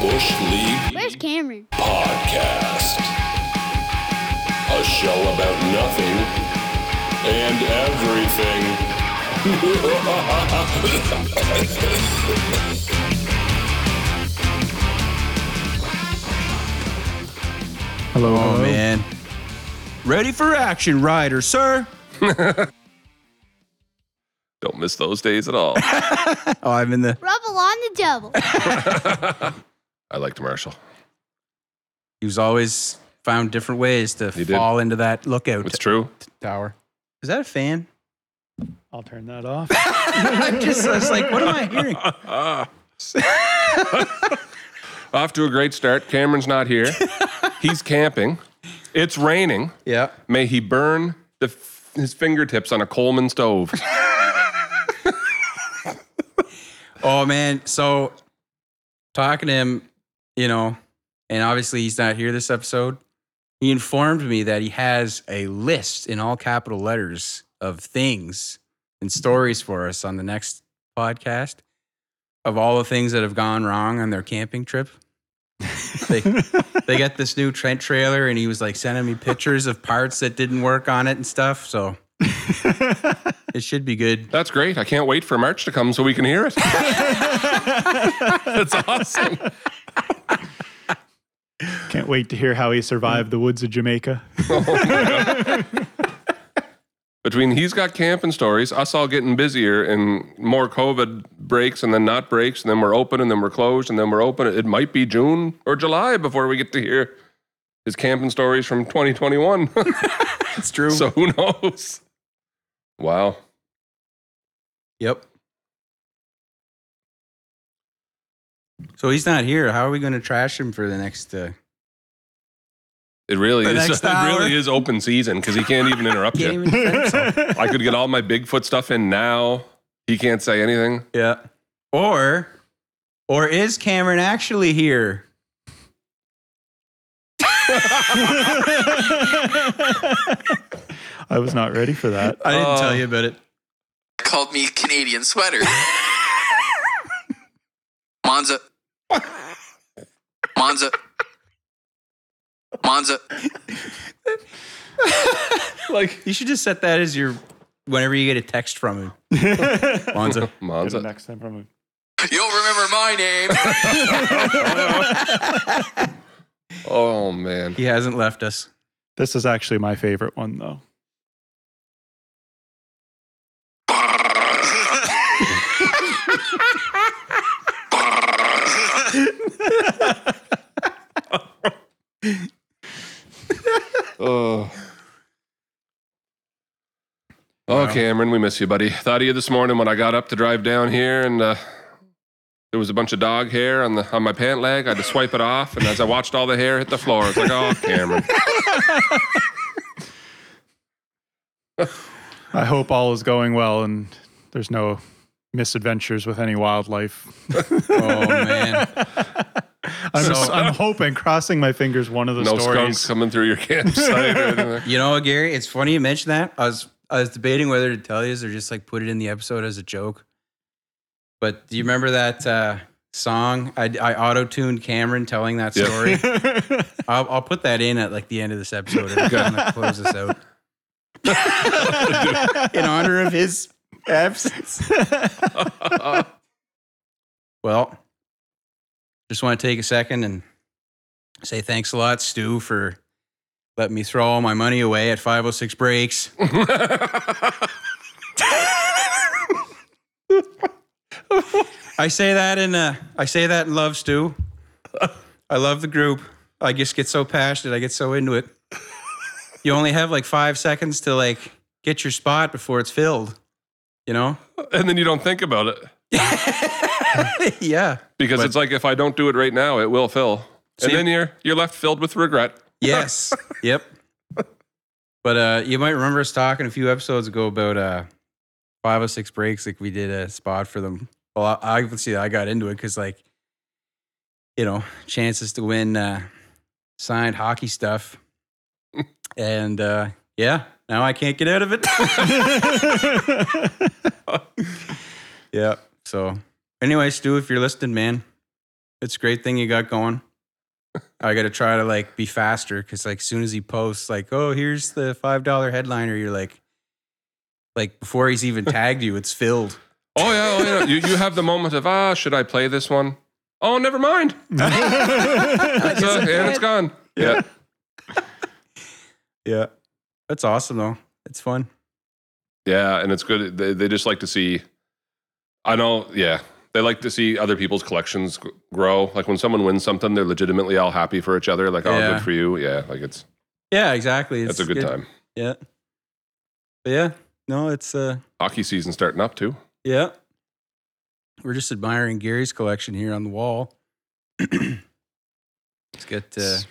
Bush League Where's Cameron? Podcast. A show about nothing and everything. Hello, Oh hello. man. Ready for action, rider, sir. Don't miss those days at all. Oh, I'm in the Rubble on the double. I liked Marshall. he was always found different ways to He did. fall into that lookout It's true. tower. Is that a fan? I'll turn that off. I'm just I was like, what am I hearing? Off to a great start. Cameron's not here. He's camping. It's raining. Yeah. May he burn the f- his fingertips on a Coleman stove. Oh man. So talking to him, you know, and obviously he's not here this episode. He informed me that he has a list in all capital letters of things and stories for us on the next podcast of all the things that have gone wrong on their camping trip. they, they got this new Trent trailer and he was like sending me pictures of parts that didn't work on it and stuff. So it should be good. That's great. I can't wait for March to come so we can hear it. That's awesome. Can't wait to hear how he survived the woods of Jamaica. Between he's got camping stories, us all getting busier and more COVID breaks and then not breaks, and then we're open and then we're closed and then we're open. It might be June or July before we get to hear his camping stories from 2021. It's true. so who knows? Wow. Yep. So he's not here. How are we going to trash him for the next? Uh, It really The is. next It really hour. is open season because he can't even interrupt can't you. even defend him. I could get all my Bigfoot stuff in now. He can't say anything. yeah. Or, or is Cameron actually here? I was not ready for that. I didn't Oh. tell you about it. called me Canadian sweater. Monza. Monza. Monza. Like you should just set that as your whenever you get a text from him. Monza. Monza. next time from You'll remember my name. Oh man. He hasn't left us. This is actually my favorite one, though. Oh. Oh, Cameron, we miss you, buddy. Thought of you this morning when I got up to drive down here, and uh, there was a bunch of dog hair on the on my pant leg. I had to swipe it off, and as I watched all the hair hit the floor, it's like, oh, Cameron. I hope all is going well and there's no misadventures with any wildlife. Oh man. I'm, So- just- I'm hoping, crossing my fingers, one of the no stories. skunks coming through your campsite. Or anything. You know, Gary, it's funny you mentioned that. I was I was debating whether to tell you or just like put it in the episode as a joke. But do you remember that uh, song? I, I auto tuned Cameron telling that Yep. story. I'll, I'll put that in at like the end of this episode and kind of close this out in honor of his absence. well, just want to take a second and say thanks a lot, Stu, for letting me throw all my money away at 506 breaks. I say that in uh, I say that in love, Stu. I love the group. I just get so passionate. I get so into it. You only have like five seconds to like get your spot before it's filled. You know? and then you don't think about it yeah. because it's like if I don't do it right now, it will fill, See- and then you're you're left filled with regret. Yes. yep. But uh, you might remember us talking a few episodes ago about uh, five or six breaks. Like we did a spot for them. Well, I, obviously I got into it because like, you know, chances to win uh, signed hockey stuff, and uh, yeah, now I can't get out of it. yeah. So anyway, Stu, if you're listening, man, It's a great thing you got going. I got to try to like be faster because like soon as he posts like, oh, here's the five dollar headliner, you're like, like before he's even tagged you, it's filled. Oh yeah, oh, yeah. you you have the moment of ah, should I play this one? Oh, never mind. It's, uh, and it's gone. Yeah. Yeah, that's awesome though. It's fun. Yeah, and it's good. They, they just like to see. I know. Yeah, they like to see other people's collections g- grow. Like when someone wins something, they're legitimately all happy for each other. Like, oh, Yeah. good for you. Yeah, like it's Yeah, exactly. that's a good, time. Yeah. But yeah, no, it's uh, Hockey season starting up too. yeah. We're just admiring Gary's collection here on the wall. Let's get uh, It's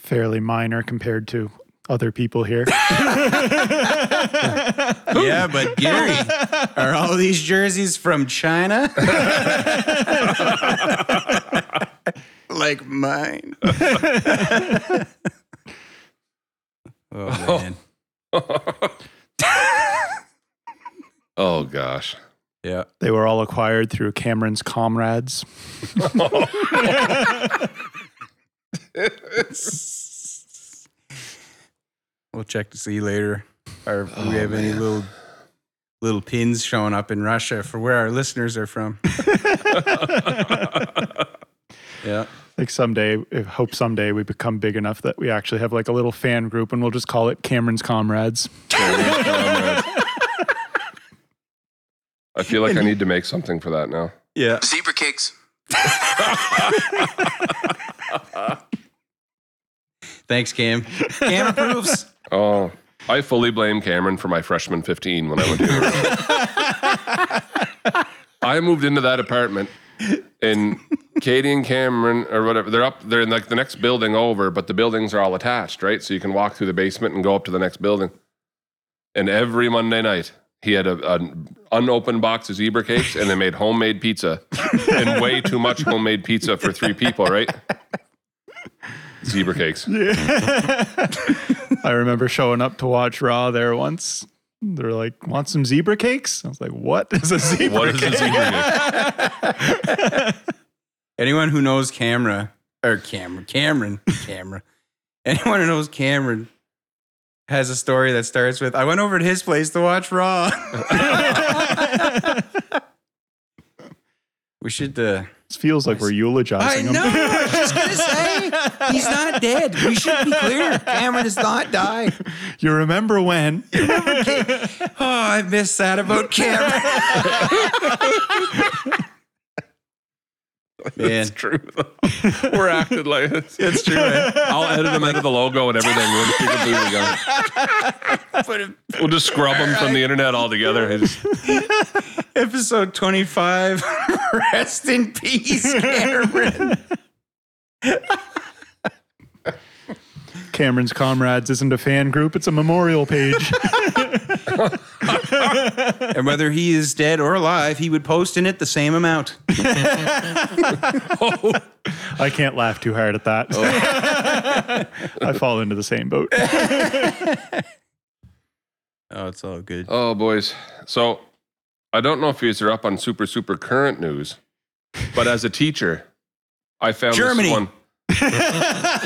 fairly minor compared to other people here. yeah, but Gary, are all these jerseys from China? like mine. oh man. oh gosh. Yeah. They were all acquired through Cameron's comrades. We'll check to see later. Or if we have any little little pins showing up in Russia for where our listeners are from. yeah. Like someday, I hope someday we become big enough that we actually have like a little fan group and we'll just call it Cameron's Comrades. I feel like I need to make something for that now. Yeah. Zebra cakes. Thanks, Cam. Cam approves. Oh, I fully blame Cameron for my freshman 15 when I went to Europe. I moved into that apartment and Katie and Cameron or whatever, they're up, they're in like the next building over, but the buildings are all attached, right? So you can walk through the basement and go up to the next building. And every Monday night, he had a, an unopened box of zebra cakes and they made homemade pizza and way too much homemade pizza for three people, right? Zebra cakes. I remember showing up to watch Raw there once. They were like, want some zebra cakes? I was like, what is a zebra What is a cake? zebra cake? Anyone who knows camera or camera, Cameron, camera. Anyone who knows Cameron has a story that starts with I went over to his place to watch Raw. we should uh This feels like we're eulogizing him. I was just gonna say he's not dead. We should be clear. Cameron does not die. You remember when? Oh, I miss that about Cameron. Man, true. We're acted like it's true. I'll edit them into the logo and everything. We'll just, keep it moving on. put a- We'll just scrub them from the internet altogether. It's- episode 25. Rest in peace, Cameron. Cameron's Comrades isn't a fan group, it's a memorial page. and whether he is dead or alive, he would post in it the same amount. I can't laugh too hard at that. I fall into the same boat. Oh, it's all good. oh, boys. So I don't know if these are up on super, super current news, but as a teacher, I found Germany. this one.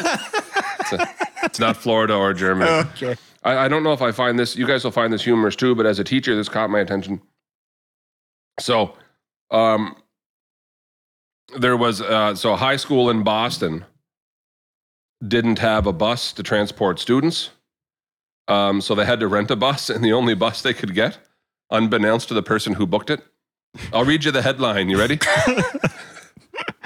it's, it's not Florida or Germany. Okay. I, I don't know if I find this, you guys will find this humorous too, but as a teacher, this caught my attention. So, um, there was, uh, so high school in Boston didn't have a bus to transport students. Um, so they had to rent a bus, and the only bus they could get, unbeknownst to the person who booked it, I'll read you the headline. You ready?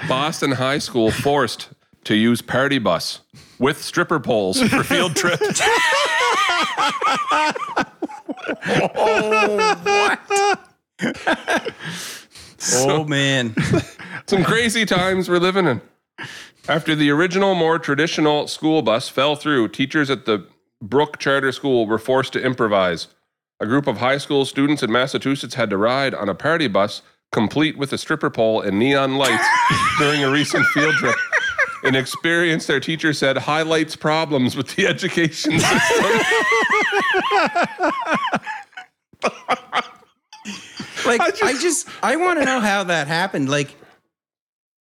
Boston High School forced to use party bus with stripper poles for field trip. Oh, man. Some crazy times we're living in. After the original, more traditional school bus fell through, teachers at the Brook Charter School were forced to improvise. A group of high school students in Massachusetts had to ride on a party bus complete with a stripper pole and neon lights during a recent field trip. An experience their teacher said highlights problems with the education system. Like, I just, I want to know how that happened. Like,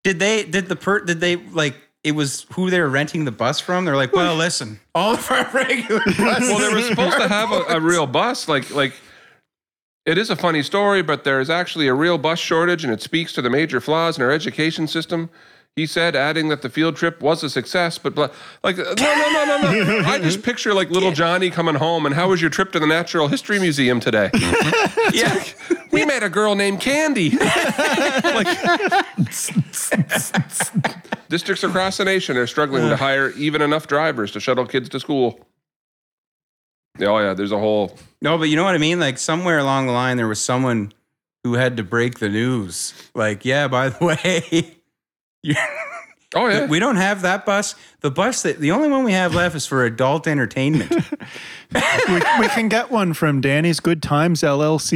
Did they? Did the per? Did they like? It was who they were renting the bus from. They're like, well, listen, all of our regular buses. well, they were supposed to have a, a real bus. Like, like it is a funny story, but there is actually a real bus shortage, and it speaks to the major flaws in our education system. He said, adding that the field trip was a success, but blah, like, uh, no, no, no, no, no. I just picture like little Johnny coming home, and how was your trip to the Natural History Museum today? yeah. we met a girl named Candy. like, districts across the nation are struggling to hire even enough drivers to shuttle kids to school. Yeah, Oh yeah, there's a whole No, but you know what I mean. Like somewhere along the line, there was someone who had to break the news. Like, yeah, by the way, oh yeah. we don't have that bus. The bus that the only one we have left is for adult entertainment. we, we can get one from Danny's Good Times LLC.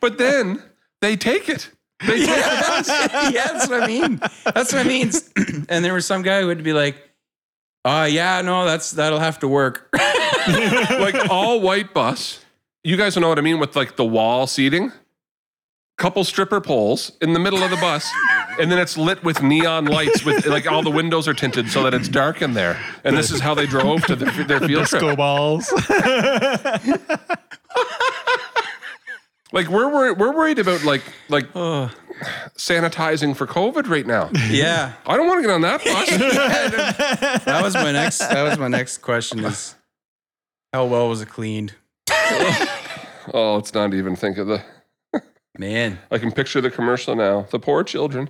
But then they take it. They take the bus. yeah, that's what I mean. That's what I mean. and there was some guy who had to be like, "Uh, yeah, no, that's that'll have to work." like all white bus. You guys know what I mean with like the wall seating. Couple stripper poles in the middle of the bus, and then it's lit with neon lights. With like all the windows are tinted so that it's dark in there. And this is how they drove to their, their field Disco trip. balls. Like we're worried, we're worried about like like sanitizing for COVID right now. yeah, I don't want to get on that bus. that was my next. That was my next question: is how well was it cleaned? oh, let's not even think of the. Man, I can picture the commercial now. The poor children.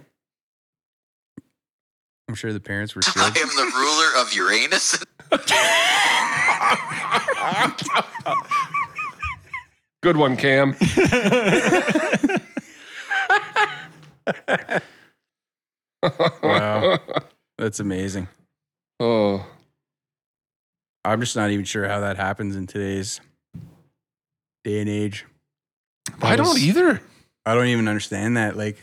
I'm sure the parents were I thrilled. am the ruler of Uranus. Good one, Cam. Wow, that's amazing. Oh, I'm just not even sure how that happens in today's day and age. I don't either. I don't even understand that. Like,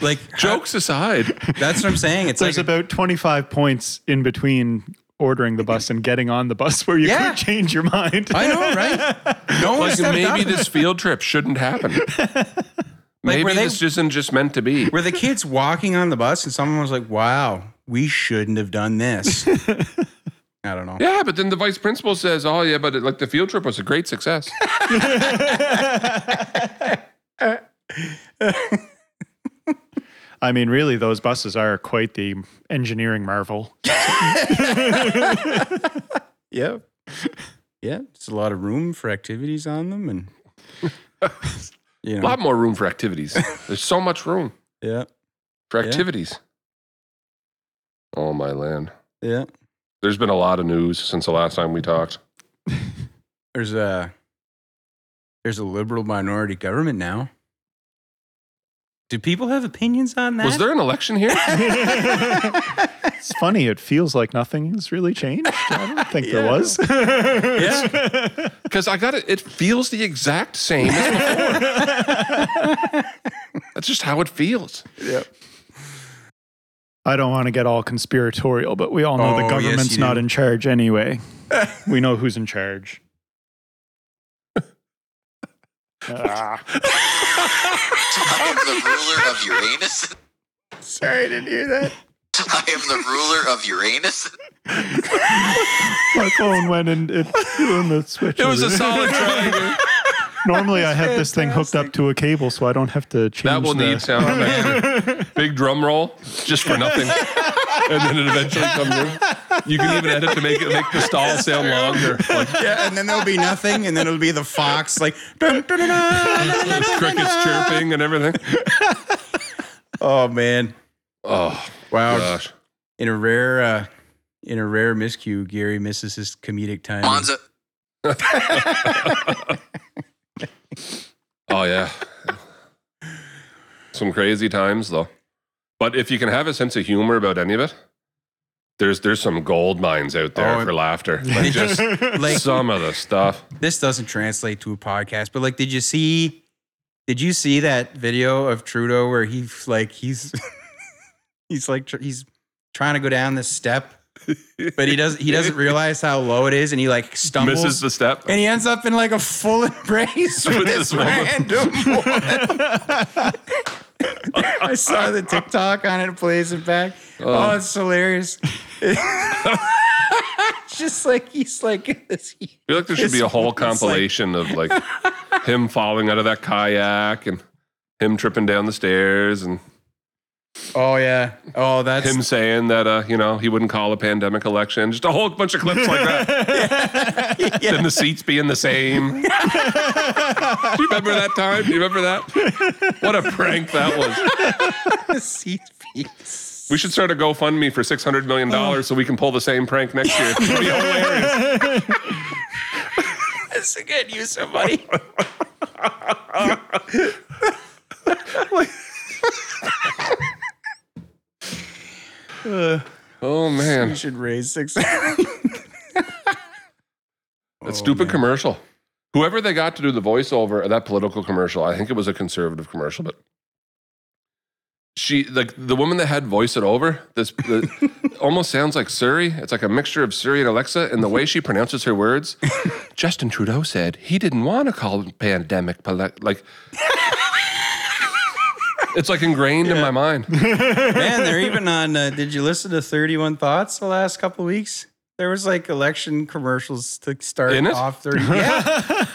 like Jokes aside, That's what I'm saying. It's There's like about 25 points in between ordering the bus and getting on the bus where you Yeah. could change your mind. I know, right? No one like stepped maybe up. this field trip shouldn't happen. maybe were they- this isn't just meant to be. Were the kids walking on the bus and someone was like, wow, we shouldn't have done this? I don't know. Yeah, but then the vice principal says, "Oh yeah, but it, like the field trip was a great success." I mean, really, those buses are quite the engineering marvel. Yeah. Yeah. It's a lot of room for activities on them. And, you a know, lot more room for activities. There's so much room yeah. for Yeah. activities. Oh my land! Yeah. There's been a lot of news since the last time we talked. There's a, there's a liberal minority government now. Do people have opinions on that? Was there an election here? It's funny. It feels like nothing has really changed. I don't think there was. Yeah. Because I got it. It feels the exact same as before. That's just how it feels. I don't want to get all conspiratorial, but we all know Oh, the yes, government's you not do. in charge anyway. we know who's in charge. Ah. I am the ruler of Uranus. Sorry, I didn't hear that. I am the ruler of Uranus. My phone went and it ruined the switch. It was a over. solid triangle. Normally, I have this thing hooked up to a cable, so I don't have to change. That will the- need sound effects. Big drum roll, just for nothing, and then it eventually comes in. You can even edit to make it make the stall sound longer, like Yeah, and then there'll be nothing, and then it'll be the fox like. dun, dun, dun, dun, dun, dun, dun. crickets chirping and everything. Oh man! Oh Wow! gosh, In a rare, uh, in a rare miscue, Gary misses his comedic time. Monza. oh yeah, some crazy times though. But if you can have a sense of humor about any of it, there's there's some gold mines out there Oh, for laughter. Like just Like some of the stuff. this doesn't translate to a podcast, but like, did you see? Did you see that video of Trudeau where he's like he's he's like tr- he's trying to go down this step, but he doesn't he doesn't realize how low it is, and he like stumbles. Misses the step. and he ends up in like a full embrace with With this this woman. random woman. I saw the TikTok on it, plays it back. Oh, it's hilarious. It's just like he's like this. I feel like there should be a whole It's like- compilation of like him falling out of that kayak and him tripping down the stairs and Oh yeah. Oh, that's him saying that uh, you know he wouldn't call a pandemic election. Just a whole bunch of clips like that. Then the seats being the same. Do you remember that time? Do you remember that? What a prank that was. the seat piece. We should start a GoFundMe for six hundred million dollars so we can pull the same prank next year. It'd be hilarious. That's a good use of money. Oh We man, should raise six. that stupid commercial. Whoever they got to do the voiceover of that political commercial, I think it was a conservative commercial, but she like the woman that had voice it over this the, almost sounds like Suri. It's like a mixture of Suri and Alexa, and the way she pronounces her words. Justin Trudeau said he didn't want to call it pandemic poli- like. it's like ingrained in my mind. Man, they're even on. Uh, did you listen to Thirty One Thoughts the last couple of weeks? There was like election commercials to start In it? off thirty.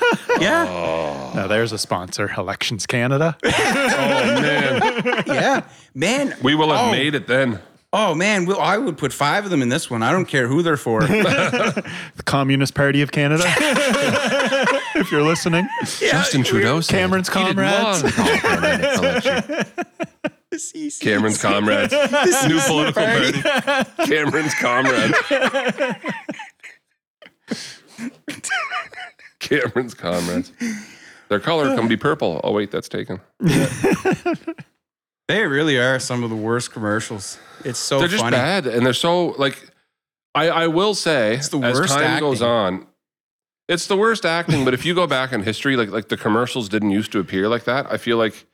Yeah, yeah, Now there's a sponsor, Elections Canada. yeah. Man, We will have Oh. made it then. oh man, well, I would put five of them in this one. I don't care who they're for. yeah, the Communist Party of Canada. if you're listening, Justin Trudeau said Cameron's he didn't comrades. want to call it pandemic election. Cameron's comrades. New political party. Cameron's comrades. Cameron's comrades. Their color can be purple. Oh wait, that's taken. They really are some of the worst commercials. It's so They're just funny. bad, and they're so like. I, I will say, It's the as worst time acting. goes on, it's the worst acting. but if you go back in history, like like the commercials didn't used to appear like that. I feel like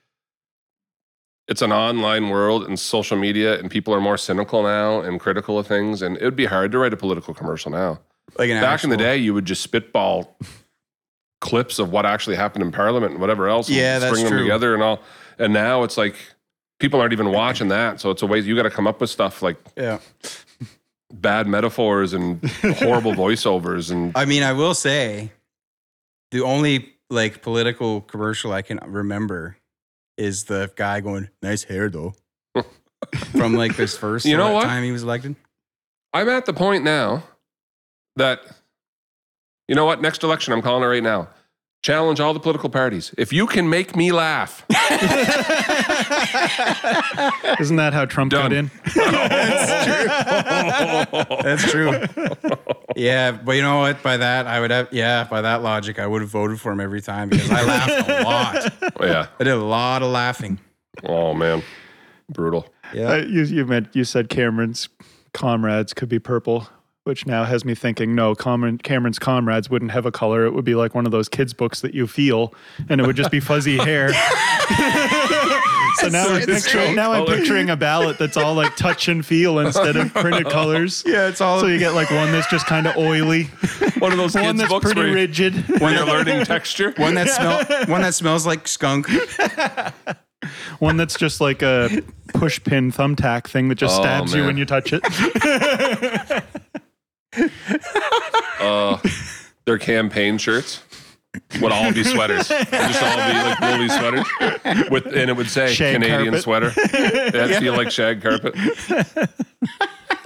it's an online world and social media, and people are more cynical now and critical of things. And it would be hard to write a political commercial now. Like an back in the actual- day, you would just spitball clips of what actually happened in Parliament and whatever else. Yeah, and that's string them true. together and all. And now it's like people aren't even watching that, so it's a way you got to come up with stuff like Yeah. bad metaphors and horrible voiceovers and I mean, I will say the only like political commercial I can remember is the guy going, nice hair though. From like this first You know sort of what? time he was elected. I'm at the point now that you know what next election I'm calling it right now. Challenge all the political parties. If you can make me laugh, isn't that how Trump got Done. in? That's true. yeah, but you know what? By that, I would have, yeah, by that logic, I would have voted for him every time because I laughed a lot. yeah. I did a lot of laughing. Oh man, brutal. Uh, you you meant you said Cameron's comrades could be purple, which now has me thinking. No, Cameron, Cameron's comrades wouldn't have a color. It would be like one of those kids' books that you feel, and it would just be fuzzy hair. so now, I'm it's picturing, true. now I'm Color. picturing a ballot that's all like touch and feel instead of printed colors. Yeah, it's all So you get like one that's just kind of oily, One of those one kids' that's books pretty where, you- rigid. when you're learning texture. one that smell one that smells like skunk. One that's just like a push pin thumbtack thing that just Oh, stabs you man. when you touch it. uh, their campaign shirts would all be sweaters. It'd just all be like woolly sweaters. With and it would say Shag Canadian carpet. sweater. That'd feel like shag carpet.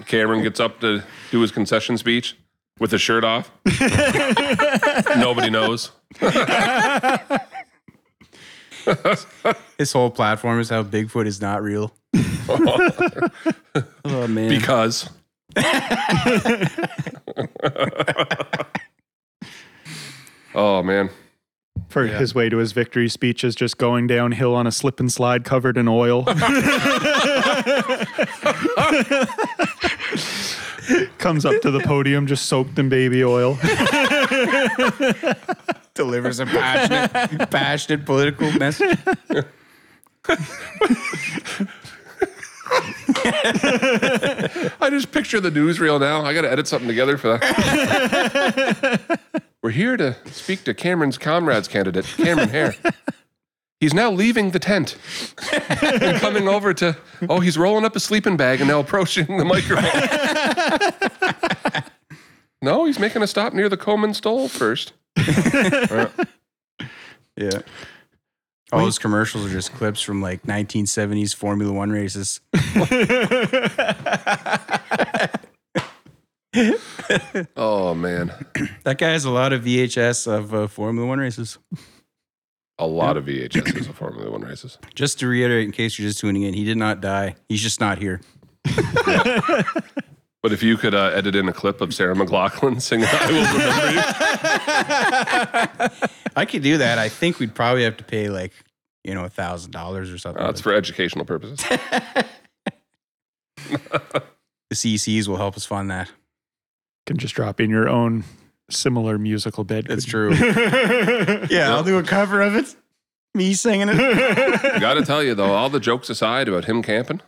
Cameron gets up to do his concession speech with his shirt off. Nobody knows. His whole platform is how Bigfoot is not real. oh man. Because Oh man. for his way to his victory speech is just going downhill on a slip and slide covered in oil. Comes up to the podium just soaked in baby oil. delivers a passionate, passionate political message. I just picture the newsreel now. I got to edit something together for that. We're here to speak to Cameron's comrades candidate, Cameron Hare. He's now leaving the tent and coming over to, oh, he's rolling up his sleeping bag and now approaching the microphone. no, he's making a stop near the Coleman Stole first. Yeah. All those commercials are just clips from like 1970s Formula One races. Oh, man. That guy has a lot of VHS of uh, Formula One races. A lot of VHSs of Formula One races. Just to reiterate, in case you're just tuning in, he did not die. He's just not here. But if you could uh, edit in a clip of Sarah McLaughlin singing I Will Remember You. I could do that. I think we'd probably have to pay like, you know, a thousand dollars or something. Uh, it's but for educational purposes. the CCs will help us fund that. can just drop in your own similar musical bid. That's Could- true. yeah, I'll do a cover of it. Me singing it. Gotta tell you though, all the jokes aside about him camping,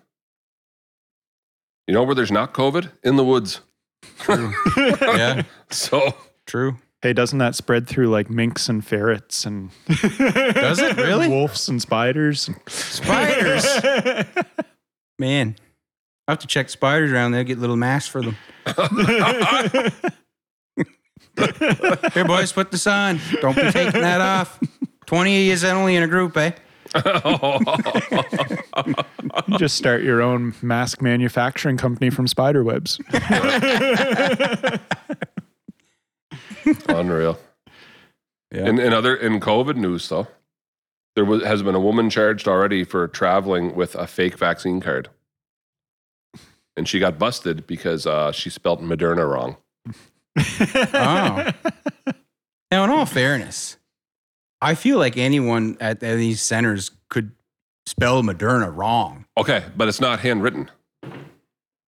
you know where there's not COVID? In the woods. yeah, So true. Hey, doesn't that spread through like minks and ferrets and Does it really? wolves and spiders? Spiders. Man, I have to check spiders around there, get little masks for them. Here, boys, put this on. Don't be taking that off. 20 of you is only in a group, eh? You just start your own mask manufacturing company from spider webs. unreal. Yeah. In, in other in COVID news though, there was, has been a woman charged already for traveling with a fake vaccine card, and she got busted because uh, she spelt Moderna wrong. Oh. Now, in all fairness, I feel like anyone at at these centers could spell Moderna wrong. Okay, but it's not handwritten.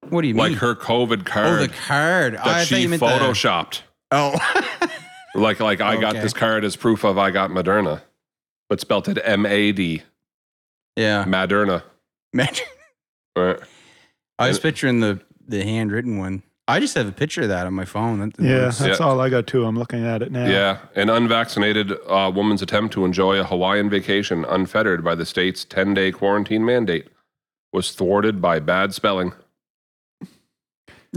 What do you Like mean? her COVID oh, card the card. Oh, I that thought she you meant the- photoshopped. oh, Like like I got Okay. this card as proof of I got Moderna, but spelt it M A D yeah. Moderna. Imagine- Right. I Uh, was picturing the the handwritten one. I just have a picture of that on my phone. That- yeah, that's- that's all I got too. I'm looking at it now. Yeah. an unvaccinated uh, woman's attempt to enjoy a Hawaiian vacation unfettered by the state's 10 day quarantine mandate was thwarted by bad spelling.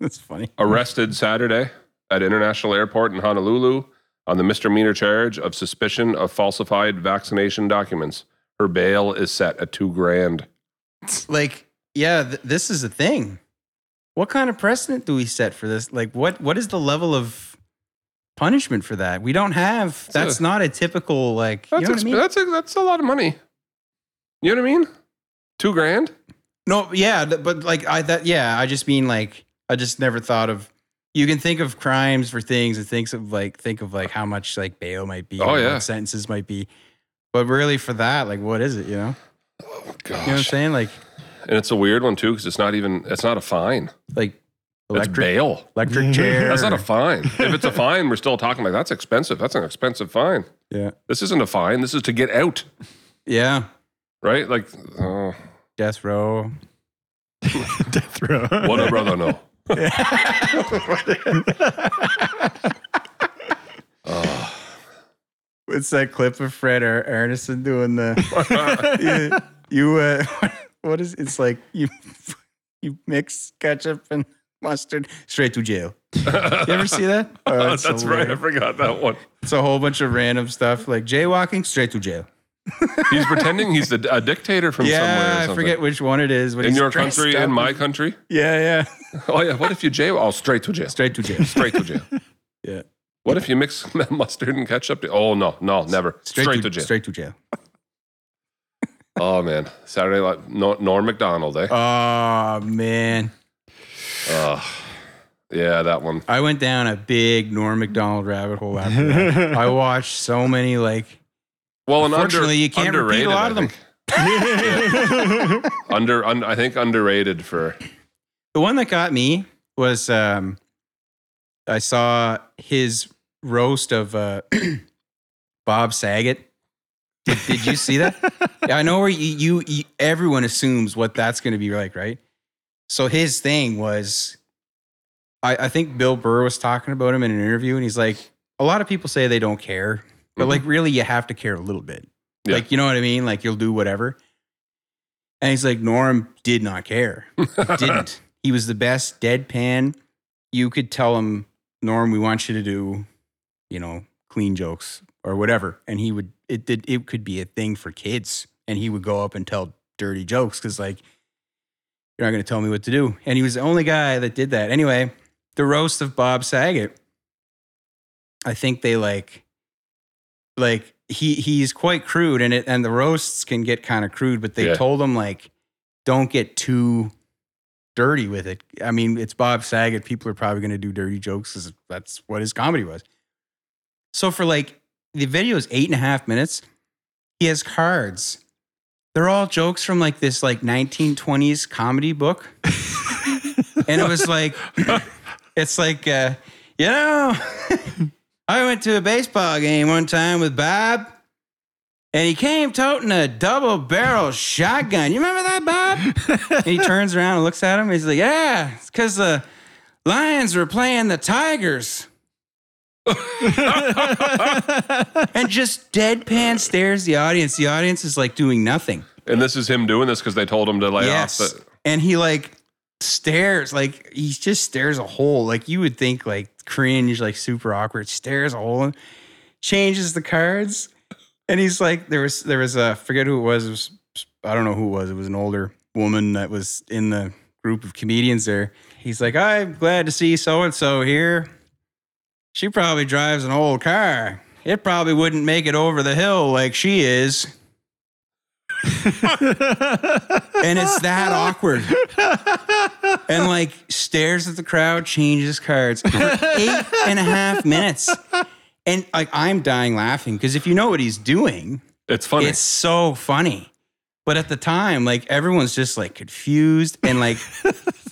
that's funny. Arrested Saturday at International Airport in Honolulu on the misdemeanor charge of suspicion of falsified vaccination documents. Her bail is set at two grand. Like, yeah, th- this is a thing. What kind of precedent do we set for this? Like, what what is the level of punishment for that? We don't have. That's a- not a typical like. That's You know what I exp- mean? that's, a, that's a lot of money. You know what I mean? Two grand? No, yeah, th- but like I that yeah, I just mean like I just never thought of. You can think of crimes for things and thinks of like think of like how much like bail might be, Oh, or yeah. what sentences might be, but really for that like what is it? You know, Oh, you know what I'm gosh. saying? Like and it's a weird one, too, because it's not even, it's not a fine. like it's electric bail. electric chair. That's not a fine. If it's a fine, we're still talking like that's expensive. That's an expensive fine. yeah This isn't a fine. This is to get out, yeah right? Like, oh, death row. Death row. what a brother no. It's that clip of Fred Ar- Arneson doing the you, you uh, what is it's like you you mix ketchup and mustard straight to jail. You ever see that? Oh, it's that's right. I hilarious. forgot that one. It's a whole bunch of random stuff like jaywalking straight to jail. He's pretending he's the, a dictator from somewhere. or Yeah, I something. forget which one it is. But In he's your dressed country, in up my as- country. yeah, yeah, Oh yeah. What if you jail? Oh, straight to jail. straight to jail. Straight to jail. Yeah, What if you mix mustard and ketchup? To, oh no, no, never. Straight, to, jail. Straight to jail. Oh man, Saturday Night no, Norm Macdonald, eh? Oh man, Ugh. yeah, that one. I went down a big Norm Macdonald rabbit hole after that. I watched so many like Well, and under, Unfortunately, you can't repeat underrated, a lot I of them. think. under, un, I think underrated for The one that got me was um, I saw his roast of uh, Bob Saget. Did, did you see that? Yeah, I know where you, you, you everyone assumes what that's going to be like, right? So his thing was, I, I think Bill Burr was talking about him in an interview, and he's like, a lot of people say they don't care But Mhm. like, really, you have to care a little bit. Yeah. Like, you know what I mean? Like, you'll do whatever. And he's like, Norm did not care. Didn't. he was the best deadpan. You could tell him, Norm, we want you to do, you know, clean jokes or whatever, and he would. It did. It could be a thing for kids, and he would go up and tell dirty jokes because like you're not going to tell me what to do. And he was the only guy that did that. Anyway, the roast of Bob Saget. I think they like, like he he's quite crude, and it and the roasts can get kind of crude. But they Yeah. told him like, don't get too dirty with it. I mean, it's Bob Saget. People are probably going to do dirty jokes. 'cause That's what his comedy was. So for like the video is eight and a half minutes. He has cards. They're all jokes from like this like 1920s comedy book. and it was like it's like uh, you know, I went to a baseball game one time with Bob and he came toting a double barrel shotgun. You remember that, Bob? and he turns around and looks at him. He's like, Yeah, it's because the Lions were playing the Tigers. and just deadpan stares the audience. The audience is like doing nothing. And this is him doing this because they told him to lay yes. off. The, and he like stares, like he just stares a hole. Like you would think like cringe, like super awkward, stares a hole, changes the cards. And he's like, there was there was a I forget who it was. It was I don't know who it was. It was an older woman that was in the group of comedians there. He's like, I'm glad to see so and so here. She probably drives an old car. It probably wouldn't make it over the hill like she is. and it's that awkward. And like stares at the crowd, changes cards for eight and a half minutes. And like I'm dying laughing because if you know what he's doing, it's funny. it's so funny. But at the time, like everyone's just like confused and like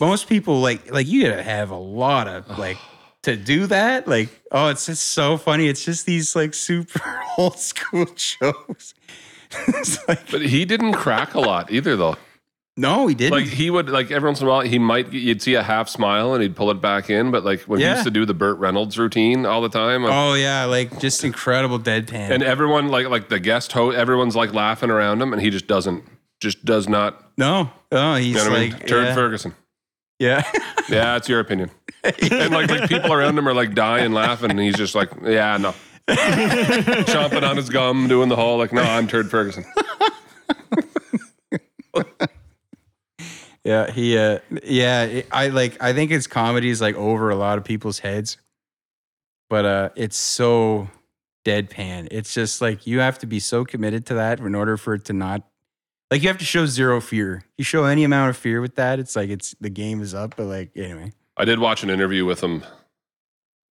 most people like like you gotta have a lot of like to do that. Like, oh, it's just so funny. It's just these like super old school jokes. it's like but he didn't crack a lot either, though. no, he didn't. Like he would, like every once in a while, he might you'd see a half smile and he'd pull it back in. But like when he Yeah. used to do the Burt Reynolds routine all the time, oh yeah, like just incredible deadpan. and everyone like like the guest host, everyone's like laughing around him, and he just doesn't, just does not. no, oh, he's You know what I like mean? Turd yeah. Ferguson. yeah. Yeah, it's your opinion. and like like people around him are like dying laughing, and he's just like, yeah, no, chomping on his gum, doing the whole like, no, I'm Turd Ferguson. Yeah, he uh yeah, it- I like I think his comedy is like over a lot of people's heads. But uh it's so deadpan. It's just like you have to be so committed to that in order for it to not like you have to show zero fear. You show any amount of fear with that, it's like it's the game is up, but like anyway. I did watch an interview with him. It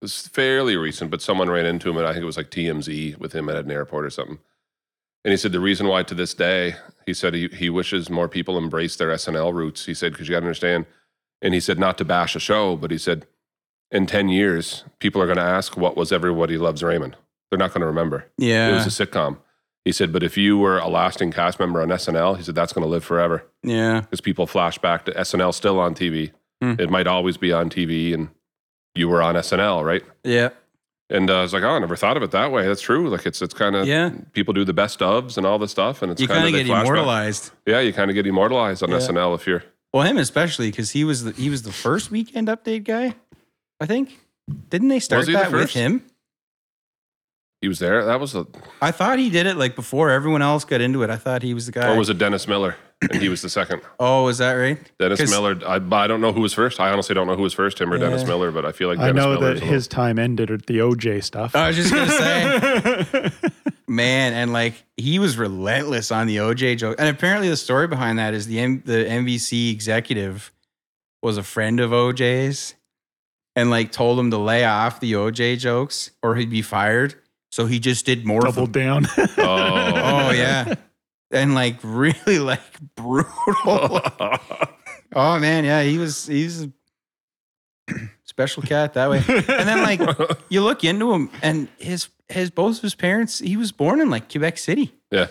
was fairly recent, but someone ran into him, and I think it was like TMZ with him at an airport or something. And he said the reason why to this day, he said he, he wishes more people embrace their SNL roots. He said, because you got to understand. And he said, not to bash a show, but he said, in 10 years, people are going to ask, what was Everybody Loves Raymond? They're not going to remember. Yeah. It was a sitcom. He said, but if you were a lasting cast member on SNL, he said, that's going to live forever yeah. because people flash back to SNL still on TV. Hmm. It might always be on TV, and you were on SNL, right? Yeah. And uh, I was like, oh, I never thought of it that way. That's true. Like it's it's kind of Yeah. people do the best ofs and all this stuff, and it's You kind of get immortalized. Yeah, you kind of get immortalized on Yeah. SNL if you're. Well, him especially because he was the, he was the first weekend update guy, I think. Didn't they start he the that with first? him? He was there. That was a. I thought he did it like before everyone else got into it. I thought he Oh, was the guy. Or was it Dennis Miller? And he was the second. oh, is that right? Dennis 'Cause- Miller. I, I don't know who was first. I honestly don't know who was first, him or Dennis Yeah. Miller. But I feel like I Dennis know Miller that is a his time ended at the OJ stuff. I was just gonna say, man, and like he was relentless on the OJ joke. And apparently, the story behind that is the M- the MVC executive was a friend of OJ's, and like told him to lay off the OJ jokes or he'd be fired. So he just did more of Double down. them. little- Oh yeah, and like really like brutal. Oh. Oh man, yeah, he was he's a special cat that way. And then like you look into him and his his both of his parents, he was born in like Quebec City. yeah.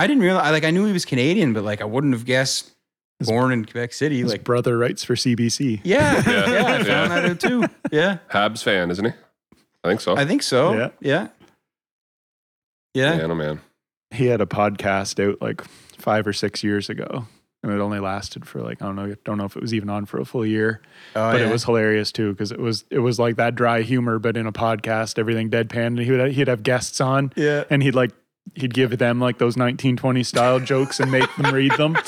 I didn't realize I- like I knew he was Canadian, but like I wouldn't have guessed His- born in Quebec City. His Like brother writes for CBC. yeah, Yeah, yeah, I yeah. found that out too. Yeah. Habs fan, isn't he? I think so. I think so. Yeah. Yeah. Yeah. Man, oh man. He had a podcast out like five or six years ago, and it only lasted for like I don't know, don't know if it was even on for a full year, Oh, but yeah. it was hilarious too because it was it was like that dry humor, but in a podcast, everything deadpan. And he would he'd have guests on, Yeah. and he'd like he'd give them like those 1920 style jokes and make them read them. Oh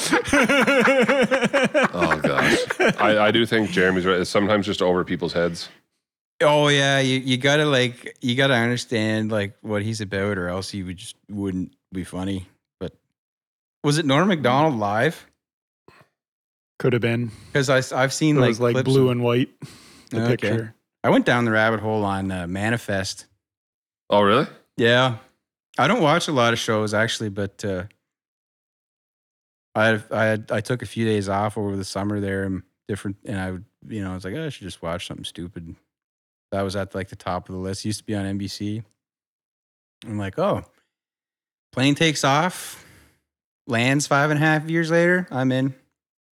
gosh. I, I do think Jeremy's right. It's sometimes just over people's heads. Oh yeah, you, you gotta like you gotta understand like what he's about, or else you would just wouldn't be funny. But was it Norm Macdonald live? Could have been. Because I have It seen like was like clips blue of- and white. The Okay. picture. I went down the rabbit hole on uh, Manifest. Oh really? Yeah, I don't watch a lot of shows actually, but uh, I had, I had, I took a few days off over the summer there and different, and I would you know I was like "Oh, I should just watch something stupid. That was at like the top of the list. Used to be on NBC. I'm like, oh, plane takes off, lands five and a half years later. I'm in.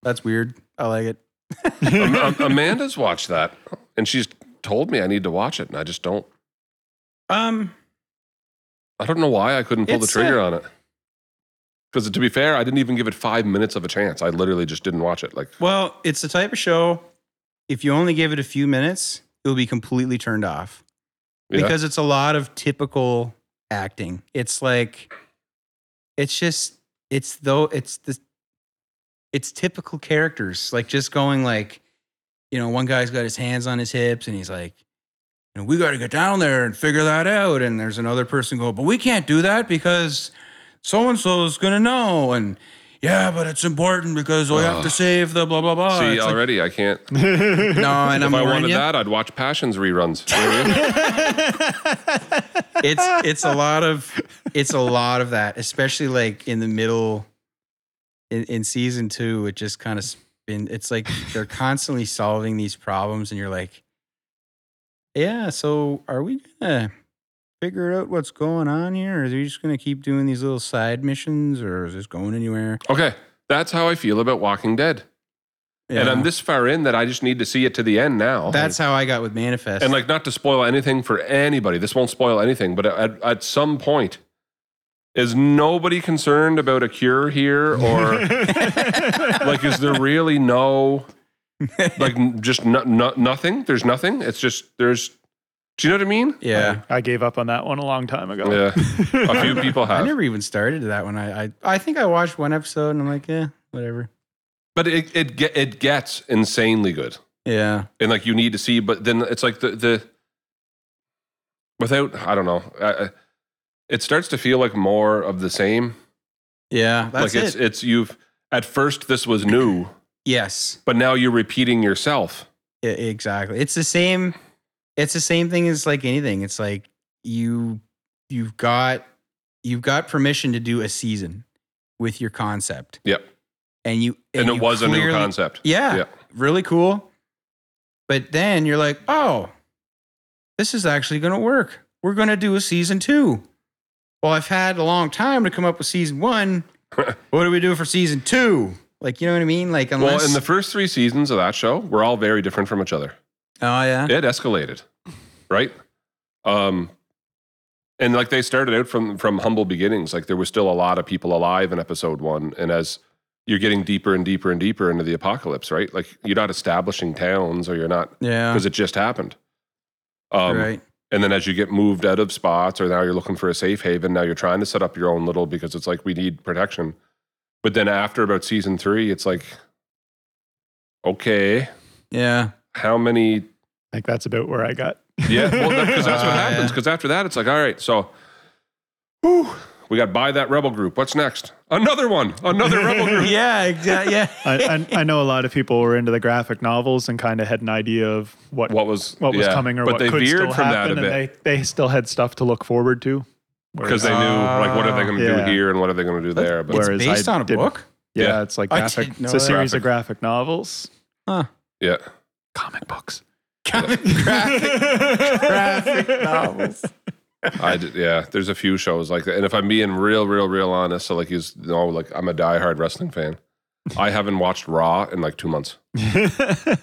That's weird. I like it. Am- Am- Amanda's watched that, and she's told me I need to watch it, and I just don't. Um, I don't know why I couldn't pull It's, uh, the trigger on it. Because to be fair, I didn't even give it five minutes of a chance. I literally just didn't watch it. Like, Well, it's the type of show. If you only give it a few minutes, you'll be completely turned off Yeah. because it's a lot of typical acting. It's like, it's just, it's though, it's the, it's typical characters like just going like, you know, one guy's got his hands on his hips and he's like, you know, we got to get down there and figure that out. And there's another person go, but we can't do that because so and so is gonna know and. Yeah, but it's important because we have to Ugh. save the blah blah blah. see, Oh, It's like, already I can't. no, and if I'm I warning wanted you, that, I'd watch Passions reruns. You know what I mean? it's it's a lot of it's a lot of that, especially like in the middle in, in season two. It just kind of spin. It's like they're constantly solving these problems, and you're like, yeah. So are we gonna figure out what's going on here, or are we just gonna keep doing these little side missions, or is this going anywhere? okay, that's how I feel about Walking Dead, and Yeah. I'm this far in that I just need to see it to the end now. That's how I got with Manifest. and like not to spoil anything for anybody. This won't spoil anything, but at, at some point, is nobody concerned about a cure here or? like is there really no like n- just no, no, nothing there's nothing it's just there's do you know what i mean yeah. I gave up on that one a long time ago. yeah a few people I have never even started that one. I, I I think I watched one episode and I'm like, yeah, whatever. but it, it ge- it gets insanely good Yeah. and like you need to see but then it's like the the without i don't know I, I- it starts to feel like more of the same Yeah. That's like it. it's it's you've at first this was new yes. but now you're repeating yourself e- exactly. It's the same it's the same thing as like anything. It's like you you've got you've got permission to do a season with your concept. Yep. And you and, it you was a new clearly- concept Yeah, Yeah. Really cool. But then you're like, oh, this is actually going to work. We're going to do a season two. Well, I've had a long time to come up with season one. what do we do for season two? Like, you know what I mean? Like, unless. well in the first three seasons of that show were all very different from each other oh, yeah. it escalated right um and like they started out from from humble beginnings like there was still a lot of people alive in episode one and as you're getting deeper and deeper and deeper into the apocalypse right like you're not establishing towns or you're not Yeah. because it just happened um Uh-huh. right. and then as you get moved out of spots or now you're looking for a safe haven now you're trying to set up your own little because it's like we need protection but then after about season three it's like okay Yeah. how many Like that's about where I got. yeah, well, because that's what Uh, happens. yeah. Because after that, it's like, all right, so, whew, we got by that rebel group. What's next? Another one, another rebel group. Yeah. Exactly. Yeah. I, I, I know a lot of people were into the graphic novels and kind of had an idea of what what, What was was yeah, coming or but what they could veered still from happen, that a bit and they they still had stuff to look forward to. Whereas- because they knew like what are they going to Ah. Yeah. do here and what are they going to do there. But Where- It's Whereas based I on a didn't- book. yeah, yeah. it's like I graphic. didn't It's know a that. series of graphic novels, Huh. yeah, comic books. Graphic, graphic novels. I did, yeah. There's a few shows like that, and if I'm being real, real, real honest, so like he's no, like I'm a diehard wrestling fan. I haven't watched Raw in like two months. I,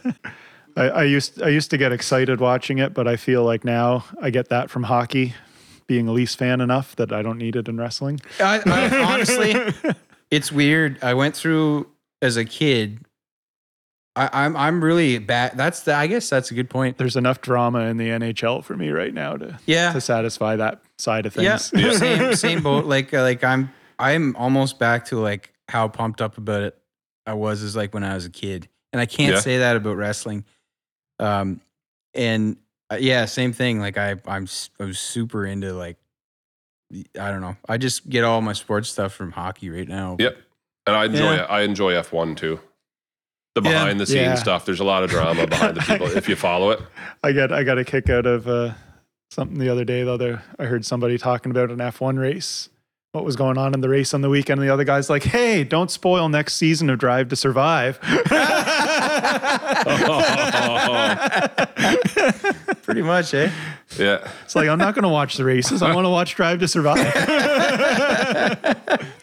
I used I used to get excited watching it, but I feel like now I get that from hockey. being a Leafs fan enough that I don't need it in wrestling. I, I, Uh, honestly, it's weird. I went through as a kid. I, I'm I'm really bad. That's the, I guess that's a good point. there's enough drama in the NHL for me right now to Yeah, to satisfy that side of yeah, things. same same boat. Like uh, like I'm I'm almost back to like how pumped up about it I was is like when I was a kid, and I can't Yeah. say that about wrestling. Um, and uh, yeah, same thing. Like I I'm s- I was super into like I don't know. I just get all my sports stuff from hockey right now. Yep. And I enjoy Yeah. I enjoy F1 too. The Yeah. behind the scenes Yeah. stuff. There's a lot of drama behind the people if you follow it. I got I got a kick out of uh, something the other day. The other I heard somebody talking about an F1 race. What was going on in the race on the weekend? And the other guy's like, "Hey, don't spoil next season of Drive to Survive." Pretty much, eh? Yeah. It's like I'm not going to watch the races. I want to watch Drive to Survive.